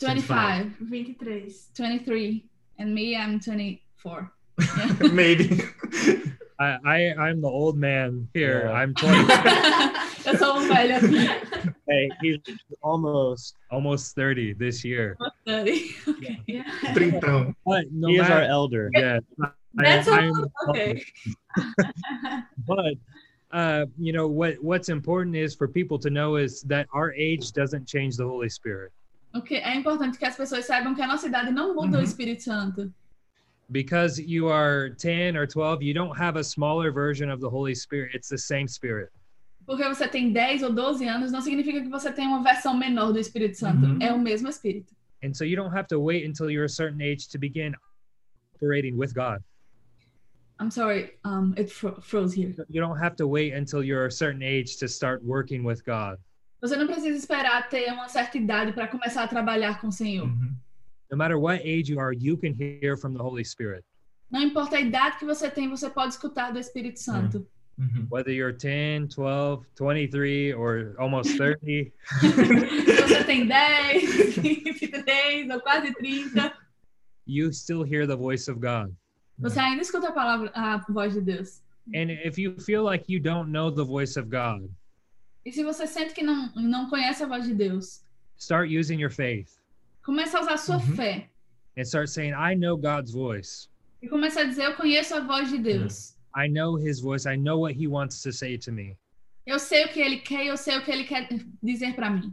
[SPEAKER 3] 25,
[SPEAKER 4] 23.
[SPEAKER 3] 23, and me I'm 24.
[SPEAKER 2] [LAUGHS] Maybe. [LAUGHS]
[SPEAKER 1] I, I I'm the old man here.
[SPEAKER 5] Yeah.
[SPEAKER 1] I'm 20,
[SPEAKER 3] [LAUGHS] eu sou um velho aqui.
[SPEAKER 5] Hey, he's almost.
[SPEAKER 1] [LAUGHS] almost 30 this year.
[SPEAKER 3] [LAUGHS]
[SPEAKER 2] Trintão.
[SPEAKER 1] But no
[SPEAKER 5] he is our
[SPEAKER 1] matter,
[SPEAKER 5] elder.
[SPEAKER 1] yeah,
[SPEAKER 3] That's
[SPEAKER 1] I-
[SPEAKER 3] all.
[SPEAKER 1] I'm-
[SPEAKER 3] Okay.
[SPEAKER 1] but uh, you know what what's important is for people to know is that our age doesn't change the Holy Spirit
[SPEAKER 3] O que é importante que as pessoas saibam que a nossa idade não muda o
[SPEAKER 2] Uhum.
[SPEAKER 3] Espírito Santo.
[SPEAKER 1] because you are 10 or 12. You don't have a smaller version of the Holy Spirit. It's the same Spirit.
[SPEAKER 3] Porque você tem 10 ou 12 anos, não significa que você tem uma versão menor do Espírito Santo.
[SPEAKER 2] Uhum.
[SPEAKER 3] É o mesmo Espírito.
[SPEAKER 1] And so you don't have to wait until you're a certain age to begin operating with God.
[SPEAKER 3] I'm sorry, um, it fro- froze here.
[SPEAKER 1] You don't have to wait until you're a certain age to start working with God.
[SPEAKER 3] Você não precisa esperar ter uma certa idade para começar a trabalhar com o Senhor.
[SPEAKER 2] Uhum.
[SPEAKER 1] No matter what age you are, you can hear from the Holy Spirit.
[SPEAKER 3] Não importa a idade que você tem, você pode escutar do
[SPEAKER 2] É.
[SPEAKER 3] Espírito Santo.
[SPEAKER 2] Uhum.
[SPEAKER 1] Whether you're 10, 12, 23, or almost 30,
[SPEAKER 3] Se você tem 10, 23 ou quase 30,
[SPEAKER 1] you still hear the voice of God.
[SPEAKER 3] você ainda escuta a palavra, a voz de Deus.
[SPEAKER 1] And if you feel like you don't know the voice of God,
[SPEAKER 3] E se você sente que não, não conhece a voz de Deus,
[SPEAKER 1] start using your faith
[SPEAKER 3] começa a usar a sua
[SPEAKER 2] Uhum.
[SPEAKER 3] fé.
[SPEAKER 1] and start saying, I know God's voice.
[SPEAKER 3] E começa a dizer, eu conheço a voz de
[SPEAKER 2] É.
[SPEAKER 3] Deus.
[SPEAKER 1] I know his voice. I know what he wants to say to me.
[SPEAKER 3] Eu sei o que ele quer, eu sei o que ele quer dizer para mim.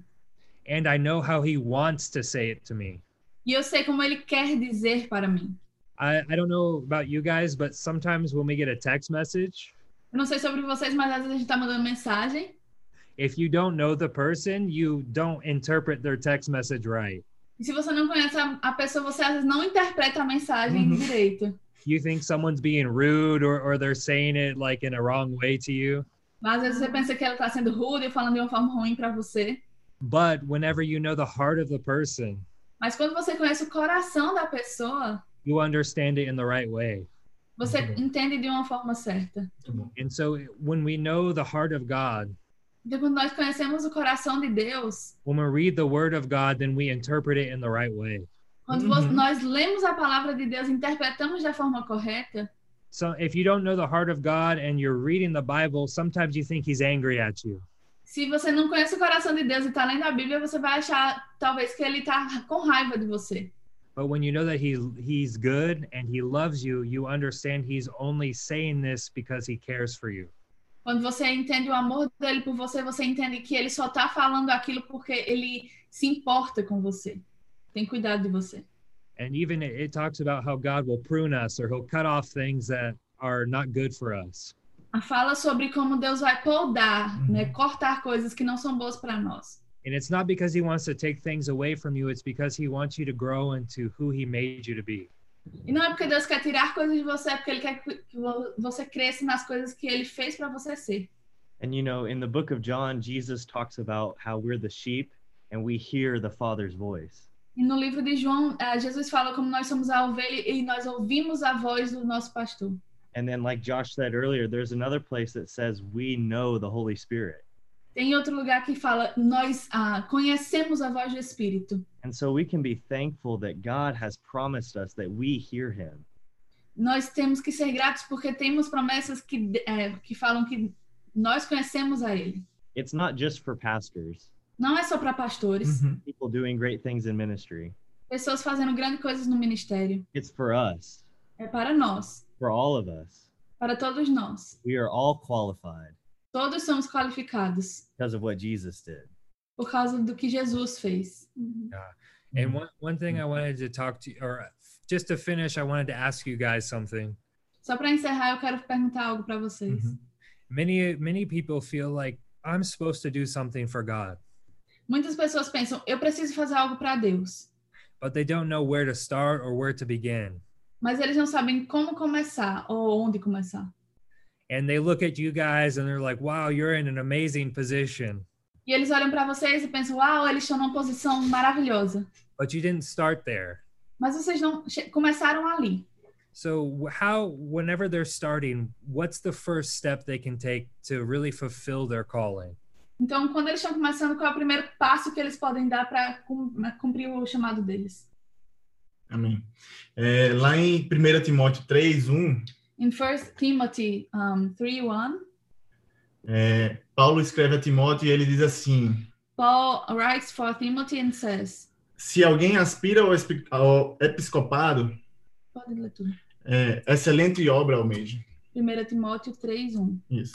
[SPEAKER 1] And I know how he wants to say it to me.
[SPEAKER 3] E eu sei como ele quer dizer para mim.
[SPEAKER 1] I, I don't know about you guys, but sometimes when we get a text message,
[SPEAKER 3] Eu não sei sobre vocês, mas às vezes a gente tá mandando mensagem.
[SPEAKER 1] if you don't know the person, you don't interpret their text message right.
[SPEAKER 3] E se você não conhece a, a pessoa, você às vezes não interpreta a mensagem
[SPEAKER 2] Uhum.
[SPEAKER 3] direito.
[SPEAKER 1] You think someone's being rude or, or they're saying it like in a wrong way to you.
[SPEAKER 3] Mas às vezes você pensa que ela tá sendo rude ou falando de uma forma ruim para você.
[SPEAKER 1] But whenever you know the heart of the person,
[SPEAKER 3] Mas quando você conhece o coração da pessoa,
[SPEAKER 1] you understand it in the right way.
[SPEAKER 3] você
[SPEAKER 2] Muito bom.
[SPEAKER 3] entende de uma forma certa.
[SPEAKER 2] Muito Tá bom.
[SPEAKER 1] And so when we know the heart of God,
[SPEAKER 3] Então, quando nós conhecemos o coração de Deus,
[SPEAKER 1] when we read the word of God, then we interpret it in the right way.
[SPEAKER 3] quando vo-
[SPEAKER 2] Uhum.
[SPEAKER 3] nós lemos a palavra de Deus, interpretamos da forma correta,
[SPEAKER 1] So if you don't know the heart of God and you're reading the Bible, sometimes you think he's angry at you.
[SPEAKER 3] Se você não conhece o coração de Deus e tá lendo a Bíblia, você vai achar talvez que ele tá com raiva de você.
[SPEAKER 1] But when you know that he he's good and he loves you, you understand he's only saying this because he cares for you.
[SPEAKER 3] Quando você entende o amor dele por você, você entende que ele só tá falando aquilo porque ele se importa com você. Tem cuidado de você.
[SPEAKER 1] And even it, it talks about how God will prune us or he'll cut off things that are not good for us.
[SPEAKER 3] A fala sobre como Deus vai podar,
[SPEAKER 2] Uhum.
[SPEAKER 3] né, cortar coisas que não são boas para nós.
[SPEAKER 1] And it's not because he wants to take things away from you, it's because he wants you to grow into who he made you to be.
[SPEAKER 3] E não é porque Deus quer tirar coisas de você, é porque ele quer que vo- você cresça nas coisas que ele fez para você ser.
[SPEAKER 5] [LAUGHS] And you know, in the book of John, Jesus talks about how we're the sheep and we hear the Father's voice.
[SPEAKER 3] E no livro de João, eh, Jesus fala como nós somos a ovelha e nós ouvimos a voz do nosso pastor.
[SPEAKER 5] And then, like Josh said earlier, there's another place that says we know the Holy Spirit.
[SPEAKER 3] Tem outro lugar que fala, nós ah, conhecemos a voz do Espírito.
[SPEAKER 5] And so we can be thankful that God has promised us that we hear him.
[SPEAKER 3] Nós temos que ser gratos porque temos promessas que, de- eh, que falam que nós conhecemos a Ele.
[SPEAKER 5] It's not just for pastors,
[SPEAKER 3] Não é só para pastores,
[SPEAKER 2] Uhum.
[SPEAKER 5] people doing great things in ministry.
[SPEAKER 3] pessoas fazendo grandes coisas no ministério.
[SPEAKER 5] It's for us,
[SPEAKER 3] É para nós,
[SPEAKER 5] for all of us.
[SPEAKER 3] para todos nós.
[SPEAKER 5] We are all qualified
[SPEAKER 3] Todos somos qualificados
[SPEAKER 5] because of what Jesus did.
[SPEAKER 3] por causa do que Jesus fez.
[SPEAKER 4] Uhum.
[SPEAKER 2] Mm-hmm.
[SPEAKER 1] And one, one thing I wanted to talk to you, or just to finish, I wanted to ask you guys something.
[SPEAKER 3] Só para encerrar, eu quero perguntar algo para vocês.
[SPEAKER 2] Uhum.
[SPEAKER 1] Many, many people feel like I'm supposed to do something for God,
[SPEAKER 3] Muitas pessoas pensam, eu preciso fazer algo para Deus,
[SPEAKER 1] but they don't know where to start or where to begin.
[SPEAKER 3] mas eles não sabem como começar ou onde começar.
[SPEAKER 1] and they look at you guys and they're like, wow, you're in an amazing position,
[SPEAKER 3] E eles olham para vocês e pensam: "Uau, eles estão numa posição maravilhosa".
[SPEAKER 1] but you didn't start there.
[SPEAKER 3] Mas vocês não che- começaram ali.
[SPEAKER 1] So, wh- how, whenever they're starting, what's the first step they can take to really fulfill their calling?
[SPEAKER 3] Então, quando eles estão começando, qual é o primeiro passo que eles podem dar para cumprir o chamado deles?
[SPEAKER 2] Amém. É, lá em 1 Timóteo um, 3, 1,
[SPEAKER 3] Em 1 Timothy um, 3:1,
[SPEAKER 2] é, Paulo escreve a Timóteo e ele diz assim:
[SPEAKER 3] Paul writes for Timothy and says,
[SPEAKER 2] Se alguém aspira ao, espi- ao episcopado,
[SPEAKER 3] pode ler tudo.
[SPEAKER 2] é, excelente obra almeja.
[SPEAKER 3] 1 Timóteo 3:1.
[SPEAKER 2] Isso.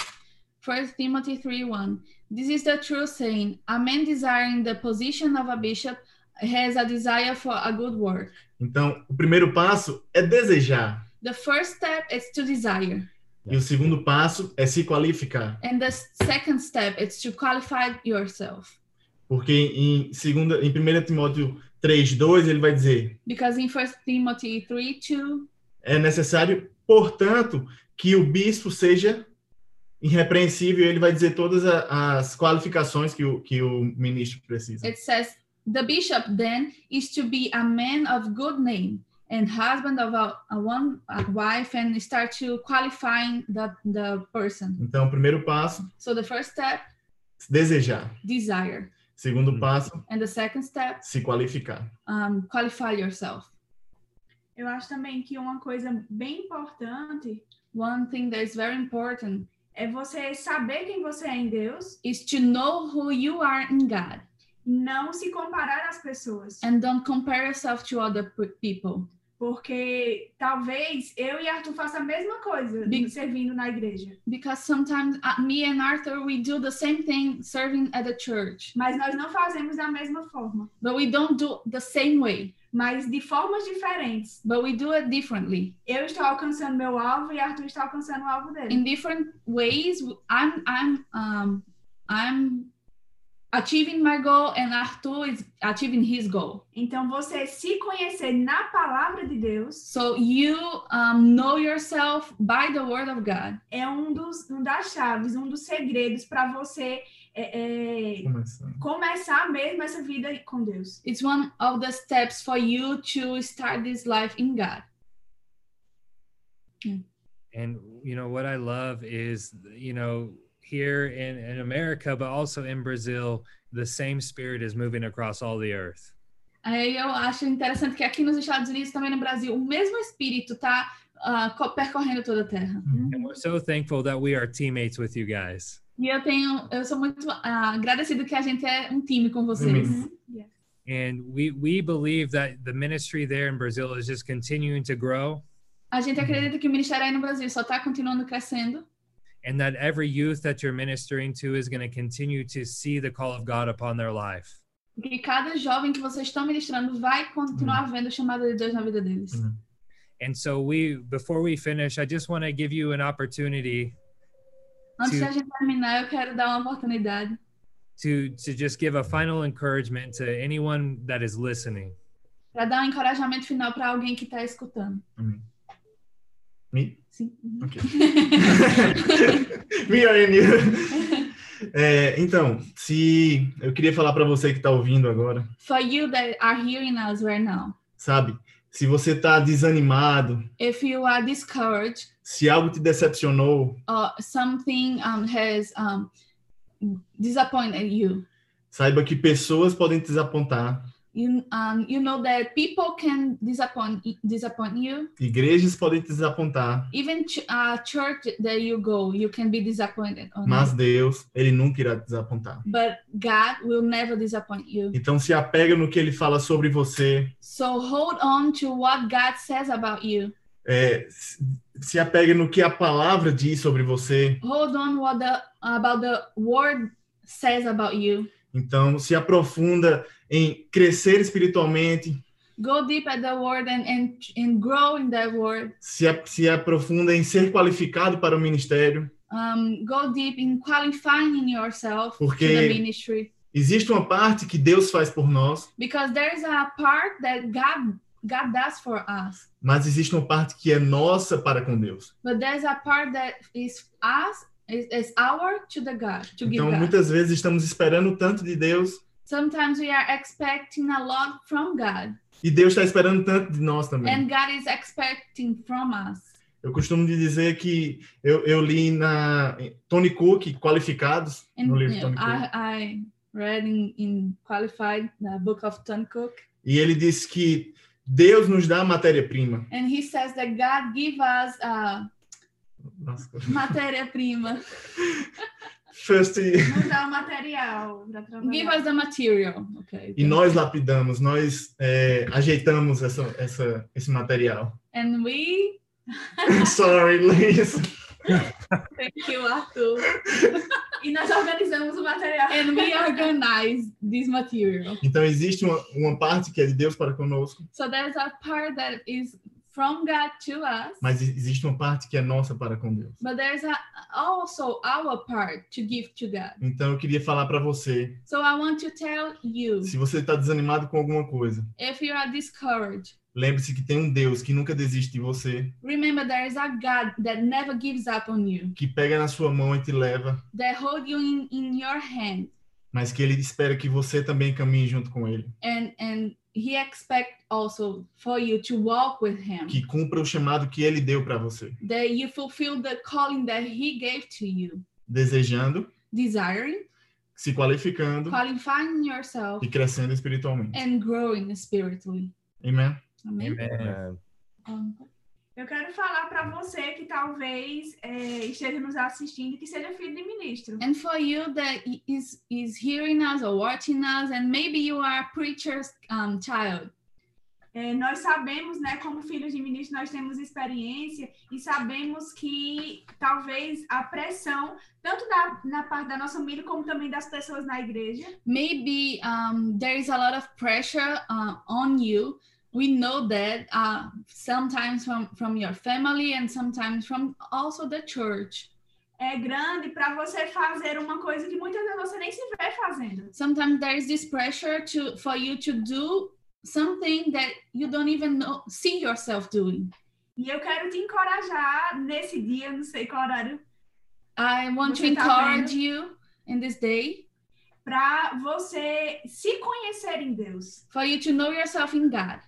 [SPEAKER 3] 1 Timothy 3:1. This is the true saying: a man desiring the position of a bishop has a desire for a good work.
[SPEAKER 2] Então, o primeiro passo é desejar,
[SPEAKER 3] The first step is to desire,
[SPEAKER 2] e o segundo passo é se qualificar.
[SPEAKER 3] and the second step is to qualify yourself.
[SPEAKER 2] Porque em, segunda, em 1 Timóteo 3, 2, ele vai dizer:
[SPEAKER 3] Because in 1 Timothy 3:2,
[SPEAKER 2] é necessário, portanto, que o bispo seja irrepreensível. Ele vai dizer todas a- as qualificações que o, que o ministro precisa.
[SPEAKER 3] it says, "The bishop then is to be a man of good name and husband of a, a one a wife, and start to qualifying the the person."
[SPEAKER 2] Então, o primeiro passo,
[SPEAKER 3] So the first step,
[SPEAKER 2] desejar.
[SPEAKER 3] desire,
[SPEAKER 2] Segundo
[SPEAKER 5] Hum.
[SPEAKER 2] passo,
[SPEAKER 3] and the second step,
[SPEAKER 2] se qualificar.
[SPEAKER 3] um, qualify yourself.
[SPEAKER 4] Eu acho também que uma coisa bem importante
[SPEAKER 3] One thing that is very important
[SPEAKER 4] é você saber quem você é em Deus,
[SPEAKER 3] is to know who you are in God
[SPEAKER 4] não se comparar às pessoas.
[SPEAKER 3] and don't compare yourself to other p- people.
[SPEAKER 4] Porque talvez eu e Arthur faça a mesma coisa
[SPEAKER 3] Big-
[SPEAKER 4] servindo na igreja,
[SPEAKER 3] Because sometimes uh, me and Arthur, we do the same thing serving at the church,
[SPEAKER 4] mas nós não fazemos da mesma forma,
[SPEAKER 3] but we don't do the same way,
[SPEAKER 4] mas de formas diferentes.
[SPEAKER 3] but we do it differently.
[SPEAKER 4] Eu estou alcançando meu alvo e Arthur está alcançando o alvo dele.
[SPEAKER 3] In different ways, I'm, I'm, um, I'm achieving my goal and Arthur is achieving his goal.
[SPEAKER 4] Então você se conhecer na palavra de Deus
[SPEAKER 3] So you um, know yourself by the word of God.
[SPEAKER 4] é um dos um das chaves, um dos segredos para você é, é,
[SPEAKER 2] Começando.
[SPEAKER 4] começar mesmo essa vida com Deus.
[SPEAKER 3] It's one of the steps for you to start this life in God.
[SPEAKER 1] And, you know, what I love is, you know, here in, in America, but also in Brazil, the same spirit is moving across all the earth.
[SPEAKER 3] Aí eu acho interessante que aqui nos Estados Unidos, também no Brasil, o mesmo espírito está percorrendo toda a terra.
[SPEAKER 2] Uhum.
[SPEAKER 1] And we're so thankful that we are teammates with you guys.
[SPEAKER 3] E eu tenho, eu sou muito ah, agradecida que a gente é um time com vocês.
[SPEAKER 2] Amém.
[SPEAKER 4] Yeah.
[SPEAKER 1] And we, we believe that the ministry there in Brazil is just continuing to grow
[SPEAKER 3] A gente acredita que o ministério aí no Brasil só está continuando crescendo
[SPEAKER 1] and that every youth that you're ministering to is going to continue to see the call of God upon their life.
[SPEAKER 3] e que cada jovem que vocês estão ministrando vai continuar vendo o chamado de Deus na vida deles.
[SPEAKER 2] Amém.
[SPEAKER 1] And so we before we finish, I just want to give you an opportunity
[SPEAKER 3] Antes
[SPEAKER 1] Sim.
[SPEAKER 3] da gente terminar, eu quero dar uma oportunidade
[SPEAKER 1] to to just give a final encouragement to anyone that is listening.
[SPEAKER 3] para dar um encorajamento final para alguém que está escutando.
[SPEAKER 2] Me? [LAUGHS]
[SPEAKER 3] Sim.
[SPEAKER 2] Ok. Me or you? É, então, se eu queria falar para você que está ouvindo agora,
[SPEAKER 3] [LAUGHS] For you that are hearing us right now,
[SPEAKER 2] sabe? Se você está desanimado,
[SPEAKER 3] if you are discouraged
[SPEAKER 2] se algo te decepcionou,
[SPEAKER 3] or something um, has um, disappointed you,
[SPEAKER 2] saiba que pessoas podem te desapontar,
[SPEAKER 3] you um, you know that people can disappoint disappoint you.
[SPEAKER 2] igrejas podem te desapontar,
[SPEAKER 3] Even ch uh, church that you go, you can be disappointed. On
[SPEAKER 2] mas Deus, ele nunca irá te desapontar.
[SPEAKER 3] But God will never disappoint you.
[SPEAKER 2] Então se apega no que ele fala sobre você,
[SPEAKER 3] So hold on to what God says about you.
[SPEAKER 2] é, se- se apega no que a palavra diz sobre você,
[SPEAKER 3] hold on what the about the word says about you
[SPEAKER 2] então se aprofunda em crescer espiritualmente,
[SPEAKER 3] go deep at the word and and, and grow in that word
[SPEAKER 2] se, a- se aprofunda em ser qualificado para o ministério.
[SPEAKER 3] um go deep in qualifying yourself to the
[SPEAKER 2] Porque-
[SPEAKER 3] ministry
[SPEAKER 2] Existe uma parte que Deus faz por nós,
[SPEAKER 3] because there is a part that god god does for us
[SPEAKER 2] mas existe uma parte que é nossa para com Deus.
[SPEAKER 3] But there's a part that is us is, is our to the God to give
[SPEAKER 2] Então,
[SPEAKER 3] God.
[SPEAKER 2] muitas vezes estamos esperando tanto de Deus
[SPEAKER 3] Sometimes we are expecting a lot from God,
[SPEAKER 2] e Deus está esperando tanto de nós também.
[SPEAKER 3] and God is expecting from us.
[SPEAKER 2] Eu costumo de dizer que eu, eu li na Tony Cook, Qualificados,
[SPEAKER 3] And
[SPEAKER 2] no livro Tony Cook,
[SPEAKER 3] I, I read in, in qualified the book of Tom Cook,
[SPEAKER 2] e ele disse que Deus nos dá a matéria-prima.
[SPEAKER 3] and he says that God give us uh,
[SPEAKER 2] Nossa,
[SPEAKER 3] materia prima,
[SPEAKER 2] first, e
[SPEAKER 4] Nos dá o material para trabalhar.
[SPEAKER 3] give us the material. Okay.
[SPEAKER 2] e nós lapidamos, nós é, ajeitamos essa, essa, esse material. [LAUGHS]
[SPEAKER 3] And we
[SPEAKER 2] Sorry, Luiz.
[SPEAKER 3] thank you, Arthur.
[SPEAKER 4] E nós organizamos o material.
[SPEAKER 3] and we organize this material.
[SPEAKER 2] Então, existe uma, uma parte que é de Deus para conosco,
[SPEAKER 3] So there's a part that is from God to us,
[SPEAKER 2] mas existe uma parte que é nossa para com Deus.
[SPEAKER 3] but there's a, also our part to give to God.
[SPEAKER 2] Então, eu queria falar para você,
[SPEAKER 3] So I want to tell you
[SPEAKER 2] se você está desanimado com alguma coisa,
[SPEAKER 3] if you are discouraged,
[SPEAKER 2] lembre-se que tem um Deus que nunca desiste de você,
[SPEAKER 3] remember there is a God that never gives up on you,
[SPEAKER 2] que pega na sua mão e te leva,
[SPEAKER 3] that hold you in, in your hand,
[SPEAKER 2] mas que ele espera que você também caminhe junto com ele,
[SPEAKER 3] and and He expect also for you to walk with Him,
[SPEAKER 2] que cumpra o chamado que ele deu para você,
[SPEAKER 3] that you fulfill the calling that He gave to you,
[SPEAKER 2] desejando,
[SPEAKER 3] desiring,
[SPEAKER 2] se qualificando
[SPEAKER 3] qualifying yourself,
[SPEAKER 2] e crescendo espiritualmente.
[SPEAKER 3] and growing spiritually.
[SPEAKER 2] Amém?
[SPEAKER 3] Amém?
[SPEAKER 5] Amen.
[SPEAKER 3] Um,
[SPEAKER 4] [LAUGHS] Eu quero falar para você que talvez é, esteja nos assistindo e que seja filho de ministro.
[SPEAKER 3] And for you that i- is is hearing us or watching us, and maybe you are a preacher's um, child,
[SPEAKER 4] É, nós sabemos, né, como filhos de ministro, nós temos experiência e sabemos que talvez a pressão, tanto da, na parte da nossa família como também das pessoas na igreja,
[SPEAKER 3] maybe um, there is a lot of pressure uh, on you. We know that uh, sometimes from from your family and sometimes from also the church.
[SPEAKER 4] é grande para você fazer uma coisa que muitas vezes você nem se vê fazendo.
[SPEAKER 3] Sometimes there is this pressure to for you to do something that you don't even know see yourself doing.
[SPEAKER 4] E eu quero te encorajar nesse dia, não sei qual horário,
[SPEAKER 3] I want to
[SPEAKER 4] Você tá
[SPEAKER 3] encourage
[SPEAKER 4] vendo?
[SPEAKER 3] you in this day
[SPEAKER 4] para você se conhecer em Deus.
[SPEAKER 3] for you to know yourself in God.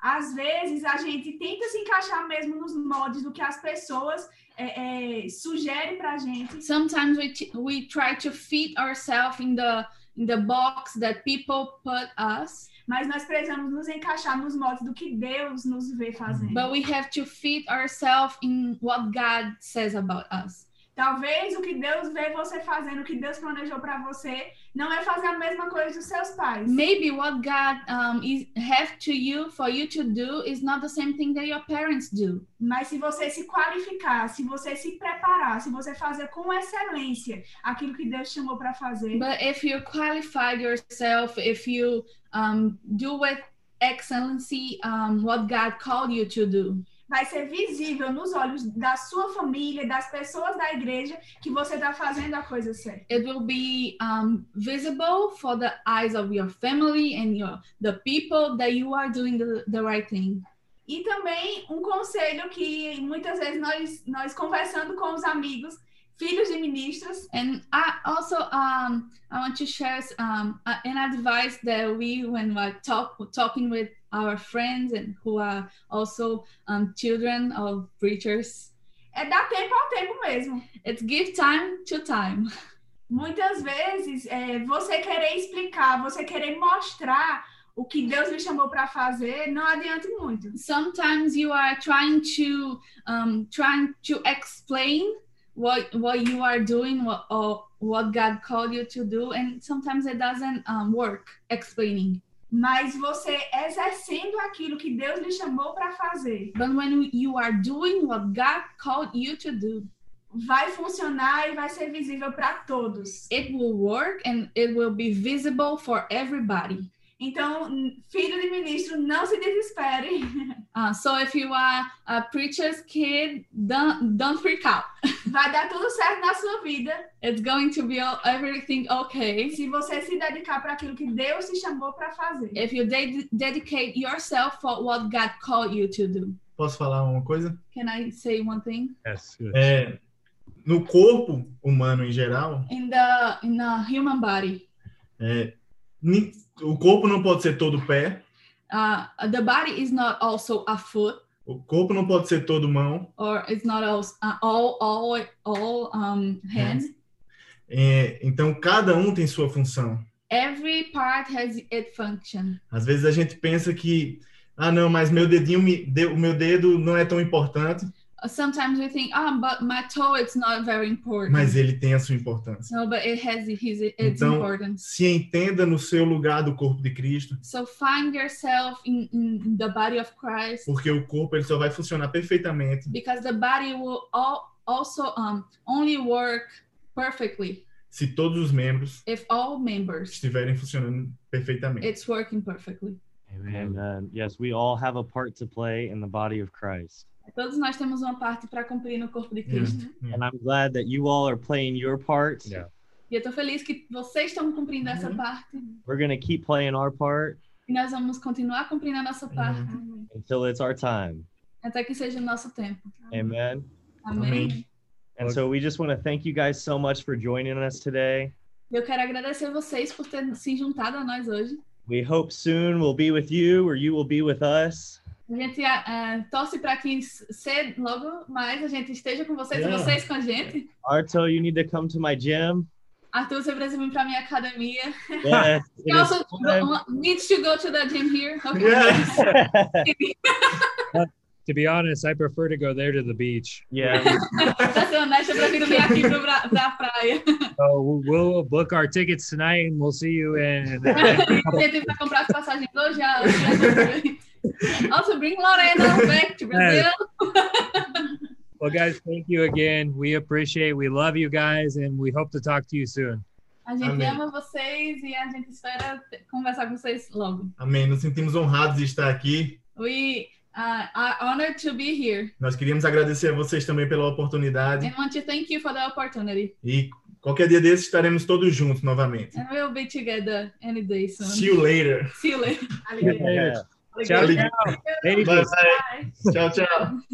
[SPEAKER 4] Às vezes a gente tenta se encaixar mesmo nos moldes do que as pessoas é, é, sugerem para gente,
[SPEAKER 3] sometimes we t- we try to fit ourselves in the in the box that people put us
[SPEAKER 4] mas nós precisamos nos encaixar nos moldes do que Deus nos vê fazendo.
[SPEAKER 3] but we have to fit ourselves in what god says about us
[SPEAKER 4] Talvez o que Deus vê você fazendo, o que Deus planejou para você, não é fazer a mesma coisa dos seus pais.
[SPEAKER 3] maybe what god um, is have to you for you to do is not the same thing that your parents do
[SPEAKER 4] Mas se você se qualificar, se você se preparar, se você fazer com excelência aquilo que Deus chamou para fazer,
[SPEAKER 3] but if you qualify yourself if you um, do with excellency um, what god called you to do
[SPEAKER 4] vai ser visível nos olhos da sua família, das pessoas da igreja, que você está fazendo a coisa certa.
[SPEAKER 3] it will be um, visible for the eyes of your family and your the people that you are doing the, the right thing
[SPEAKER 4] E também um conselho que muitas vezes nós, nós conversando com os amigos, filhos de ministros,
[SPEAKER 3] and i also um, i want to share um, a- an advice that we when we're talk, talking with our friends and who are also um, children of preachers
[SPEAKER 4] é dar tempo ao tempo mesmo.
[SPEAKER 3] it's give time to time
[SPEAKER 4] Muitas vezes é, você querer explicar, você querer mostrar o que Deus lhe chamou para fazer, não adianta muito.
[SPEAKER 3] sometimes you are trying to um, trying to explain what what you are doing what, or what God called you to do, and sometimes it doesn't um, work explaining.
[SPEAKER 4] Mas você exercendo aquilo que Deus lhe chamou para fazer,
[SPEAKER 3] But when you are doing what God called you to do,
[SPEAKER 4] vai funcionar e vai ser visível para todos.
[SPEAKER 3] it will work and it will be visible for everybody.
[SPEAKER 4] Então, filho de ministro, não se desespere. [LAUGHS]
[SPEAKER 3] Uh, so if you are a preacher's kid, don't don't freak out. [LAUGHS]
[SPEAKER 4] Vai dar tudo certo na sua vida.
[SPEAKER 3] It's going to be all, everything okay.
[SPEAKER 4] se você se dedicar para aquilo que Deus te chamou para fazer.
[SPEAKER 3] if you ded- dedicate yourself for what God called you to do.
[SPEAKER 2] Posso falar uma coisa?
[SPEAKER 3] Can I say one thing?
[SPEAKER 1] Yes. yes.
[SPEAKER 2] É, no corpo humano em geral,
[SPEAKER 3] In the in the human body,
[SPEAKER 2] é, ni- o corpo não pode ser todo pé,
[SPEAKER 3] uh, the body is not also a foot,
[SPEAKER 2] o corpo não pode ser todo mão,
[SPEAKER 3] or it's not also, uh, all all all um, hand.
[SPEAKER 2] é, então cada um tem sua função.
[SPEAKER 3] Every part has its function.
[SPEAKER 2] Às vezes a gente pensa que, ah, não, mas meu dedinho, me deu- o meu dedo não é tão importante,
[SPEAKER 3] Uh, Sometimes we think, ah, but my toe it's not very important.
[SPEAKER 2] mas ele tem a sua importância.
[SPEAKER 3] No, but it has his its
[SPEAKER 2] Então-
[SPEAKER 3] importance.
[SPEAKER 2] Se entenda no seu lugar do corpo de Cristo,
[SPEAKER 3] So find yourself in, in the body of Christ
[SPEAKER 2] porque o corpo ele só vai funcionar perfeitamente
[SPEAKER 3] because the body will all, also um, only work perfectly
[SPEAKER 2] se todos os membros
[SPEAKER 3] if all members
[SPEAKER 2] estiverem funcionando perfeitamente.
[SPEAKER 3] it's working perfectly.
[SPEAKER 5] And uh, yes, we all have a part to play in the body of Christ.
[SPEAKER 3] Todos nós temos uma parte para cumprir no corpo de
[SPEAKER 2] Yeah.
[SPEAKER 3] Cristo.
[SPEAKER 5] And I'm glad that you all are playing your part.
[SPEAKER 1] Yeah.
[SPEAKER 3] E eu tô feliz que vocês estão cumprindo essa
[SPEAKER 2] Uhum.
[SPEAKER 3] parte
[SPEAKER 5] We're going to keep playing our part
[SPEAKER 3] e nós vamos continuar cumprindo a nossa parte
[SPEAKER 5] until it's our time.
[SPEAKER 3] até que seja o nosso tempo.
[SPEAKER 5] Amen.
[SPEAKER 3] Amém.
[SPEAKER 2] Amém.
[SPEAKER 5] And so we just want to thank you guys so much for joining us today.
[SPEAKER 3] Eu quero agradecer vocês por terem se juntado a nós hoje.
[SPEAKER 5] We hope soon we'll be with you or you will be with us.
[SPEAKER 3] A gente ah, ah, torce para que cedo, logo mais a gente esteja com vocês e
[SPEAKER 2] Yeah.
[SPEAKER 3] vocês com a gente.
[SPEAKER 5] Arto, you need to come to my [LAUGHS] gym.
[SPEAKER 3] Arthur, você precisa vir para minha academia.
[SPEAKER 5] Yes. it
[SPEAKER 3] You
[SPEAKER 5] is
[SPEAKER 3] also
[SPEAKER 5] time.
[SPEAKER 3] go- needs to go to the gym here. Okay.
[SPEAKER 5] É.
[SPEAKER 2] Yes.
[SPEAKER 1] To be honest, I prefer to go there to the beach.
[SPEAKER 5] [LAUGHS] yeah.
[SPEAKER 3] Pra ser honesta, eu prefiro vir aqui pro pra, pra praia.
[SPEAKER 1] So we'll- we'll book our tickets tonight, and we'll see you in.
[SPEAKER 3] A gente vai comprar as passagens hoje. já- já- né? Also, bring Lorena back to Brazil.
[SPEAKER 1] Well, guys, thank you again. We appreciate, we love you guys, and we hope to talk to you soon.
[SPEAKER 3] A gente
[SPEAKER 2] Amém.
[SPEAKER 3] ama vocês e a gente espera te- conversar com vocês logo.
[SPEAKER 2] Amém. Nos sentimos honrados de estar aqui.
[SPEAKER 3] We uh, are honored to be here
[SPEAKER 2] Nós queríamos agradecer a vocês também pela oportunidade.
[SPEAKER 3] and want to thank you for the opportunity.
[SPEAKER 2] E qualquer dia desses estaremos todos juntos novamente.
[SPEAKER 3] And we'll be together any day soon.
[SPEAKER 2] See you later.
[SPEAKER 3] See you later.
[SPEAKER 5] yeah.
[SPEAKER 1] Tchau, tchau. Beijos.
[SPEAKER 2] Bye. Tchau, tchau.